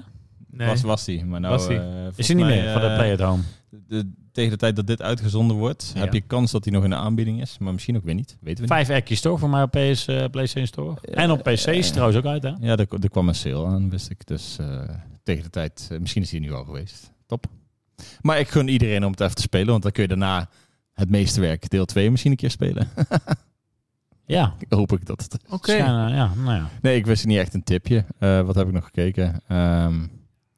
Nee.
Was, was die, maar nou...
Was die.
eh, volgens
Is er niet
mij,
meer van de
eh,
Play at Home.
de- tegen de tijd dat dit uitgezonden wordt,
Ja.
heb je kans dat hij nog in de aanbieding is. Maar misschien ook weer niet. Weten we niet.
Vijf ekjes toch voor mij op PS, eh, PlayStation Store?
Eh,
en op PC is het
eh,
trouwens ook uit hè?
Ja, er, er kwam een sale aan, wist ik. Dus eh, tegen de tijd, eh, misschien is hij nu al geweest. Top. Maar ik gun iedereen om het even te spelen, want dan kun je daarna het meeste werk, deel 2, misschien een keer spelen. [laughs]
Ja.
Hoop ik dat. Het...
Oké.
Schijnen, ja, nou ja.
Nee, ik wist niet echt een tipje. Eh, wat heb ik nog gekeken? Ehm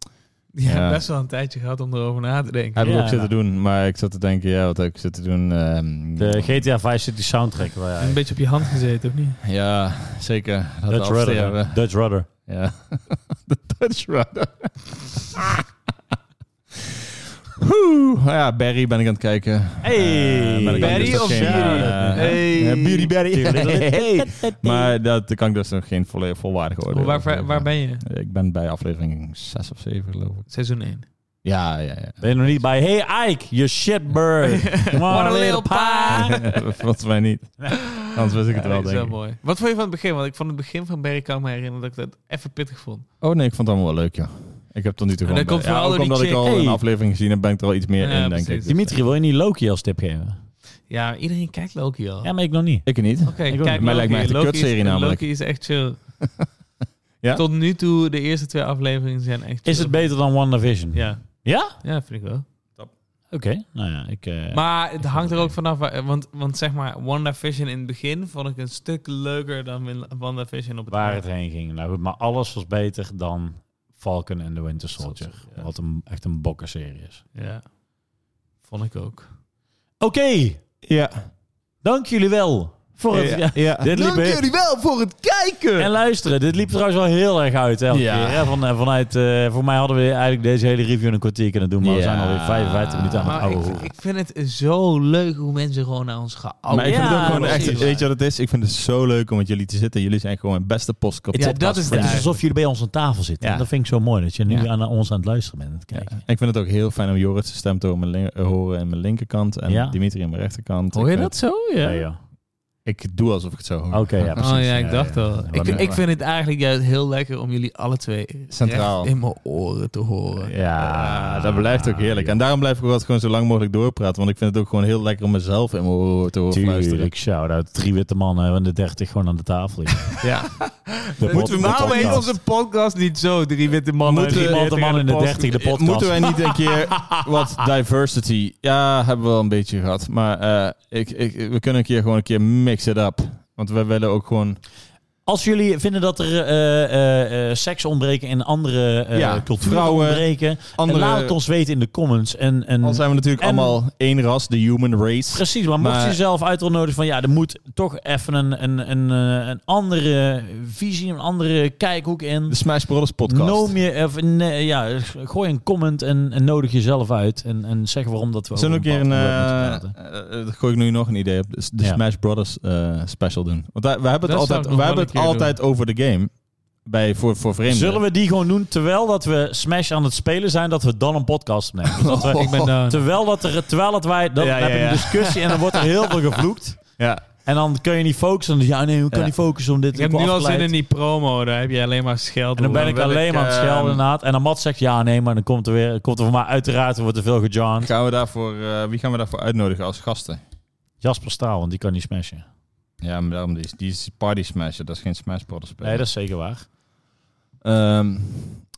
[laughs] Je hebt
Ja.
best wel een tijdje gehad om erover na te denken.
heb ik
Ja. nou.
ook zitten doen, maar ik zat te denken, ja, wat heb ik zitten doen? Ehm,
De GTA 5 City soundtrack. Waar
Een
jij-
beetje op je hand gezeten, of niet?
Ja, zeker. Dat
Dutch Rudder.
afsteren.
hè? Dutch Rudder.
Ja, [laughs] de Dutch Rudder.
[laughs]
Woe. Nou ja, Barry ben ik aan het kijken.
Hey,
Eh, ben ik
Barry
dus nog
of
geen,
Beauty?
eh,
Hey.
ja, Beauty
[laughs]
Barry. Hey.
Maar
Maar dat kan ik dus nog geen volle, volwaardig
Hoe-
oordeel
waar,
over
waar,
geven.
waar ben je?
Ik ben bij aflevering 6 of 7 geloof ik.
Seizoen 1.
Ja, ja,
[laughs]
ja. [laughs]
ben je nog niet bij? Hey Ike, you shitbird. Come on,
What a little pa.
Volgens mij niet. Anders wist ik het
Ja,
wel,
dat
denk
is wel
ik.
mooi. Wat vond je van het begin? Want ik vond het begin van Berry kan ik me herinneren dat ik dat even pittig vond.
Oh nee, ik vond het allemaal wel leuk, joh. Ik heb tot nu toe
En
gewoon...
dat komt
ja,
vooral
ook
door
omdat
die
ik al
chick.
een
Hey.
aflevering gezien heb, ben ik er al iets meer
Ja,
in, denk
precies.
ik. Dus-
Dimitri, wil je niet Loki als tip geven?
Ja, iedereen kijkt Loki al.
Ja, maar ik nog niet.
Ik niet.
Oké,
Ik ook
kijk
niet.
Mij lijkt me echt een
Loki
kutserie
is,
namelijk.
Loki is echt chill.
[laughs] Ja?
Tot nu toe, de eerste twee afleveringen zijn echt chill.
Is het beter dan WandaVision?
Ja.
Ja?
ja, vind ik wel.
Oké. Nou ja, ik... eh,
Maar het hangt er
wel
ook vanaf, waar- want, want zeg maar, WandaVision in het begin vond ik een stuk leuker dan Win- WandaVision op het
waar het
eind.
heen ging. Nou goed, maar alles was beter dan Falcon en the Winter Soldier.
Ja.
Wat een, echt een bokkenserie is.
Ja, vond ik ook.
Oké,
Ja.
dank jullie wel voor het... Ja. Dit liep heel-
wel voor het kijken!
[laughs] En luisteren, dit liep trouwens wel heel erg uit. Elke
Ja.
keer, hè? Van, eh, vanuit, eh, voor mij hadden we eigenlijk deze hele review in een kwartier kunnen doen. Maar we
Ja.
zijn alweer 55 minuten
Ah,
aan het
Maar
oude
ik,
hoeren.
ik vind het zo leuk hoe mensen gewoon naar ons gaan.
maar ik vind het
ja,
ook gewoon echt...
precies.
Weet je wat het is? Ik vind het zo leuk om met jullie te zitten. Jullie zijn gewoon mijn beste postkop.
Ja, dat is
Het is
Ja.
alsof jullie bij ons aan tafel zitten.
Ja.
En dat vind ik zo mooi, dat je nu
Ja.
aan ons aan het luisteren bent. aan het kijken.
Ik vind het ook heel fijn om Jorrit zijn stem te horen aan mijn lin- horen aan mijn linkerkant en
Ja.
Dimitri aan mijn rechterkant.
Hoor je
Ik
dat zo? Ja.
Nee, joh.
vind- Ik doe alsof ik het zo hoor.
Oké,
[laughs]
ja, precies.
Oh ja, ik dacht
ja.
al. Ik,
Wanneer-
ik vind het eigenlijk juist heel lekker om jullie alle twee
Centraal.
recht in mijn oren te horen.
Ja, Ah, dat blijft ook heerlijk. En daarom blijf ik ook altijd gewoon zo lang mogelijk doorpraten. Want ik vind het ook gewoon heel lekker om mezelf in mijn oren te horen fluisteren.
Tuurlijk, shout-out. Drie witte mannen en de dertig gewoon aan de
[laughs]
tafel. liggen.
Ja.
De
Moeten we
pod- de
Nou heet
podcast.
onze podcast niet zo, drie witte mannen.
Moeten-
en
Drie
drie
mannen man in de
post.
dertig, de podcast.
eh, Moeten wij niet een keer
[laughs]
wat diversity... Ja, hebben we wel een beetje gehad. Maar eh, ik, ik, we kunnen een keer gewoon een keer mix it up. Want we willen ook gewoon...
Als jullie vinden dat er eh, eh, eh, seks ontbreken in andere eh
Ja,
culturen
vrouwen,
ontbreken,
Andere,
laat het ons weten in de comments. En, en,
al zijn we natuurlijk
en-
allemaal één ras, de human race.
Precies, maar, mocht
Maar-
je zelf uit willen nodigen van ja, er moet toch even een, een, een, eh, een andere visie, een andere kijkhoek in.
De Smash Brothers podcast.
Noem je even, nee, ja, gooi een comment en, en nodig jezelf uit. En, en zeg waarom dat we
Zullen we
over
een keer een...
bepaald onderwerp
eh
moeten praten.
eh, dat gooi ik nu nog een idee op. De, de
Ja.
Smash Brothers eh, special doen. Want daar- we hebben het
Dat zou ik
altijd,
nog
we hebben
wel
het
een keer
altijd over de game. Bij, voor, voor vreemden.
Zullen we die gewoon doen terwijl dat we Smash aan het spelen zijn, dat we dan een podcast opnemen? Dus
[laughs]
dat we-
Ik ben
[laughs]
eh, down.
Terwijl dat er, terwijl dat wij, dan
Ja, ja,
heb je een
ja.
discussie en dan wordt er heel veel gevloekt.
Ja.
En dan kun je niet focussen. Dan, ja, nee, hoe kan
Ja.
niet focussen om dit
Ik heb
word
nu al zin
afgeleid.
in die promo, daar heb je alleen maar scheld.
En dan ben ik
Hoewel,
alleen maar aan het schelden
ehm,
inderdaad. En dan Mat zegt, ja, nee, maar dan komt er weer, komt er voor mij uiteraard, er wordt er veel gejoined.
Gaan we daarvoor, eh, wie gaan we daarvoor uitnodigen als gasten?
Jasper Staal, want die kan niet smashen.
Ja, maar daarom die, is- die is Party Smasher. Dat is geen Smash Brothers spel.
Nee, dat is zeker waar.
Ehm, ik,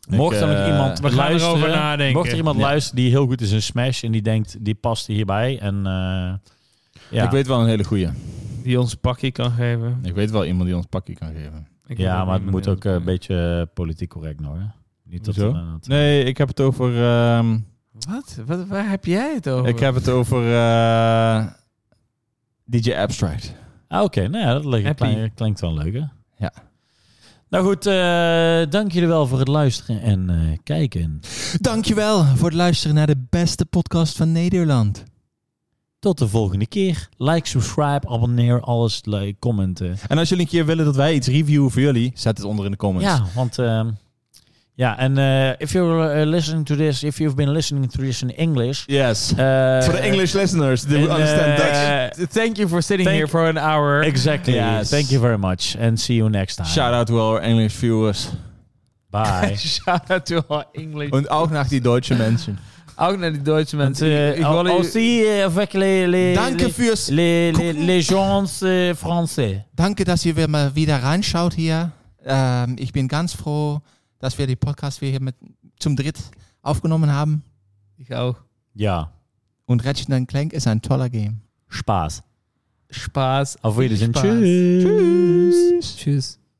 Mocht er nog
eh,
iemand
we gaan
luisteren,
erover nadenken.
mocht er iemand
Ja.
luisteren die heel goed is in Smash en die denkt, die past hierbij. En eh, ja,
Ik weet wel een hele goeie.
Die ons pakje kan geven.
Ik weet wel iemand die ons pakje kan geven.
Ik wil
ja maar het
iemand
moet
die
ook
ons-
eh, een beetje eh, politiek correct nog, hè? Niet dat
Hoezo?
er, eh, dat-
Nee, ik heb het over... ehm,
Wat? Wat? Waar heb jij het over?
ik heb het over... eh, DJ Abstract.
Ah, Oké, nou ja, dat leuk.
Happy.
Klein, klinkt wel leuk, hè?
Ja.
Nou goed, eh, dank jullie wel voor het luisteren en eh, kijken.
Dankjewel voor het luisteren naar de beste podcast van Nederland.
Tot de volgende keer. Like, subscribe, abonneer, alles, like, commenten.
En als jullie een keer willen dat wij iets reviewen voor jullie, zet het onder in de comments.
Ja, want... ehm, ja, en eh, if you're eh, listening to this, if you've been listening to this in English...
Yes.
eh,
For the English listeners, they
in,
will understand
eh,
Dutch.
Thank you for sitting
Thank-
here for an hour.
Exactly.
Yes.
Thank you very much. And see you next time.
Shout out to our English viewers.
[laughs] Bye.
[laughs] Shout out to all English.
Und auch nach die deutschen Menschen.
Ook naar die Duitse mensen.
Eh,
Ik wil
I'll see you avec les, les,
Danke
les,
fürs.
les, les, les gens eh, français.
Danke, dass ihr mal wieder reinschaut hier. Ähm, ich bin ganz froh, dass wir die Podcast hier mit zum Dritt aufgenommen haben.
Ik ook.
Ja,
Und Ratchet Clank ist ein toller Game.
Spaß.
Spaas.
Auf Wiedersehen.
Spaß.
Tschüss.
Tschüss.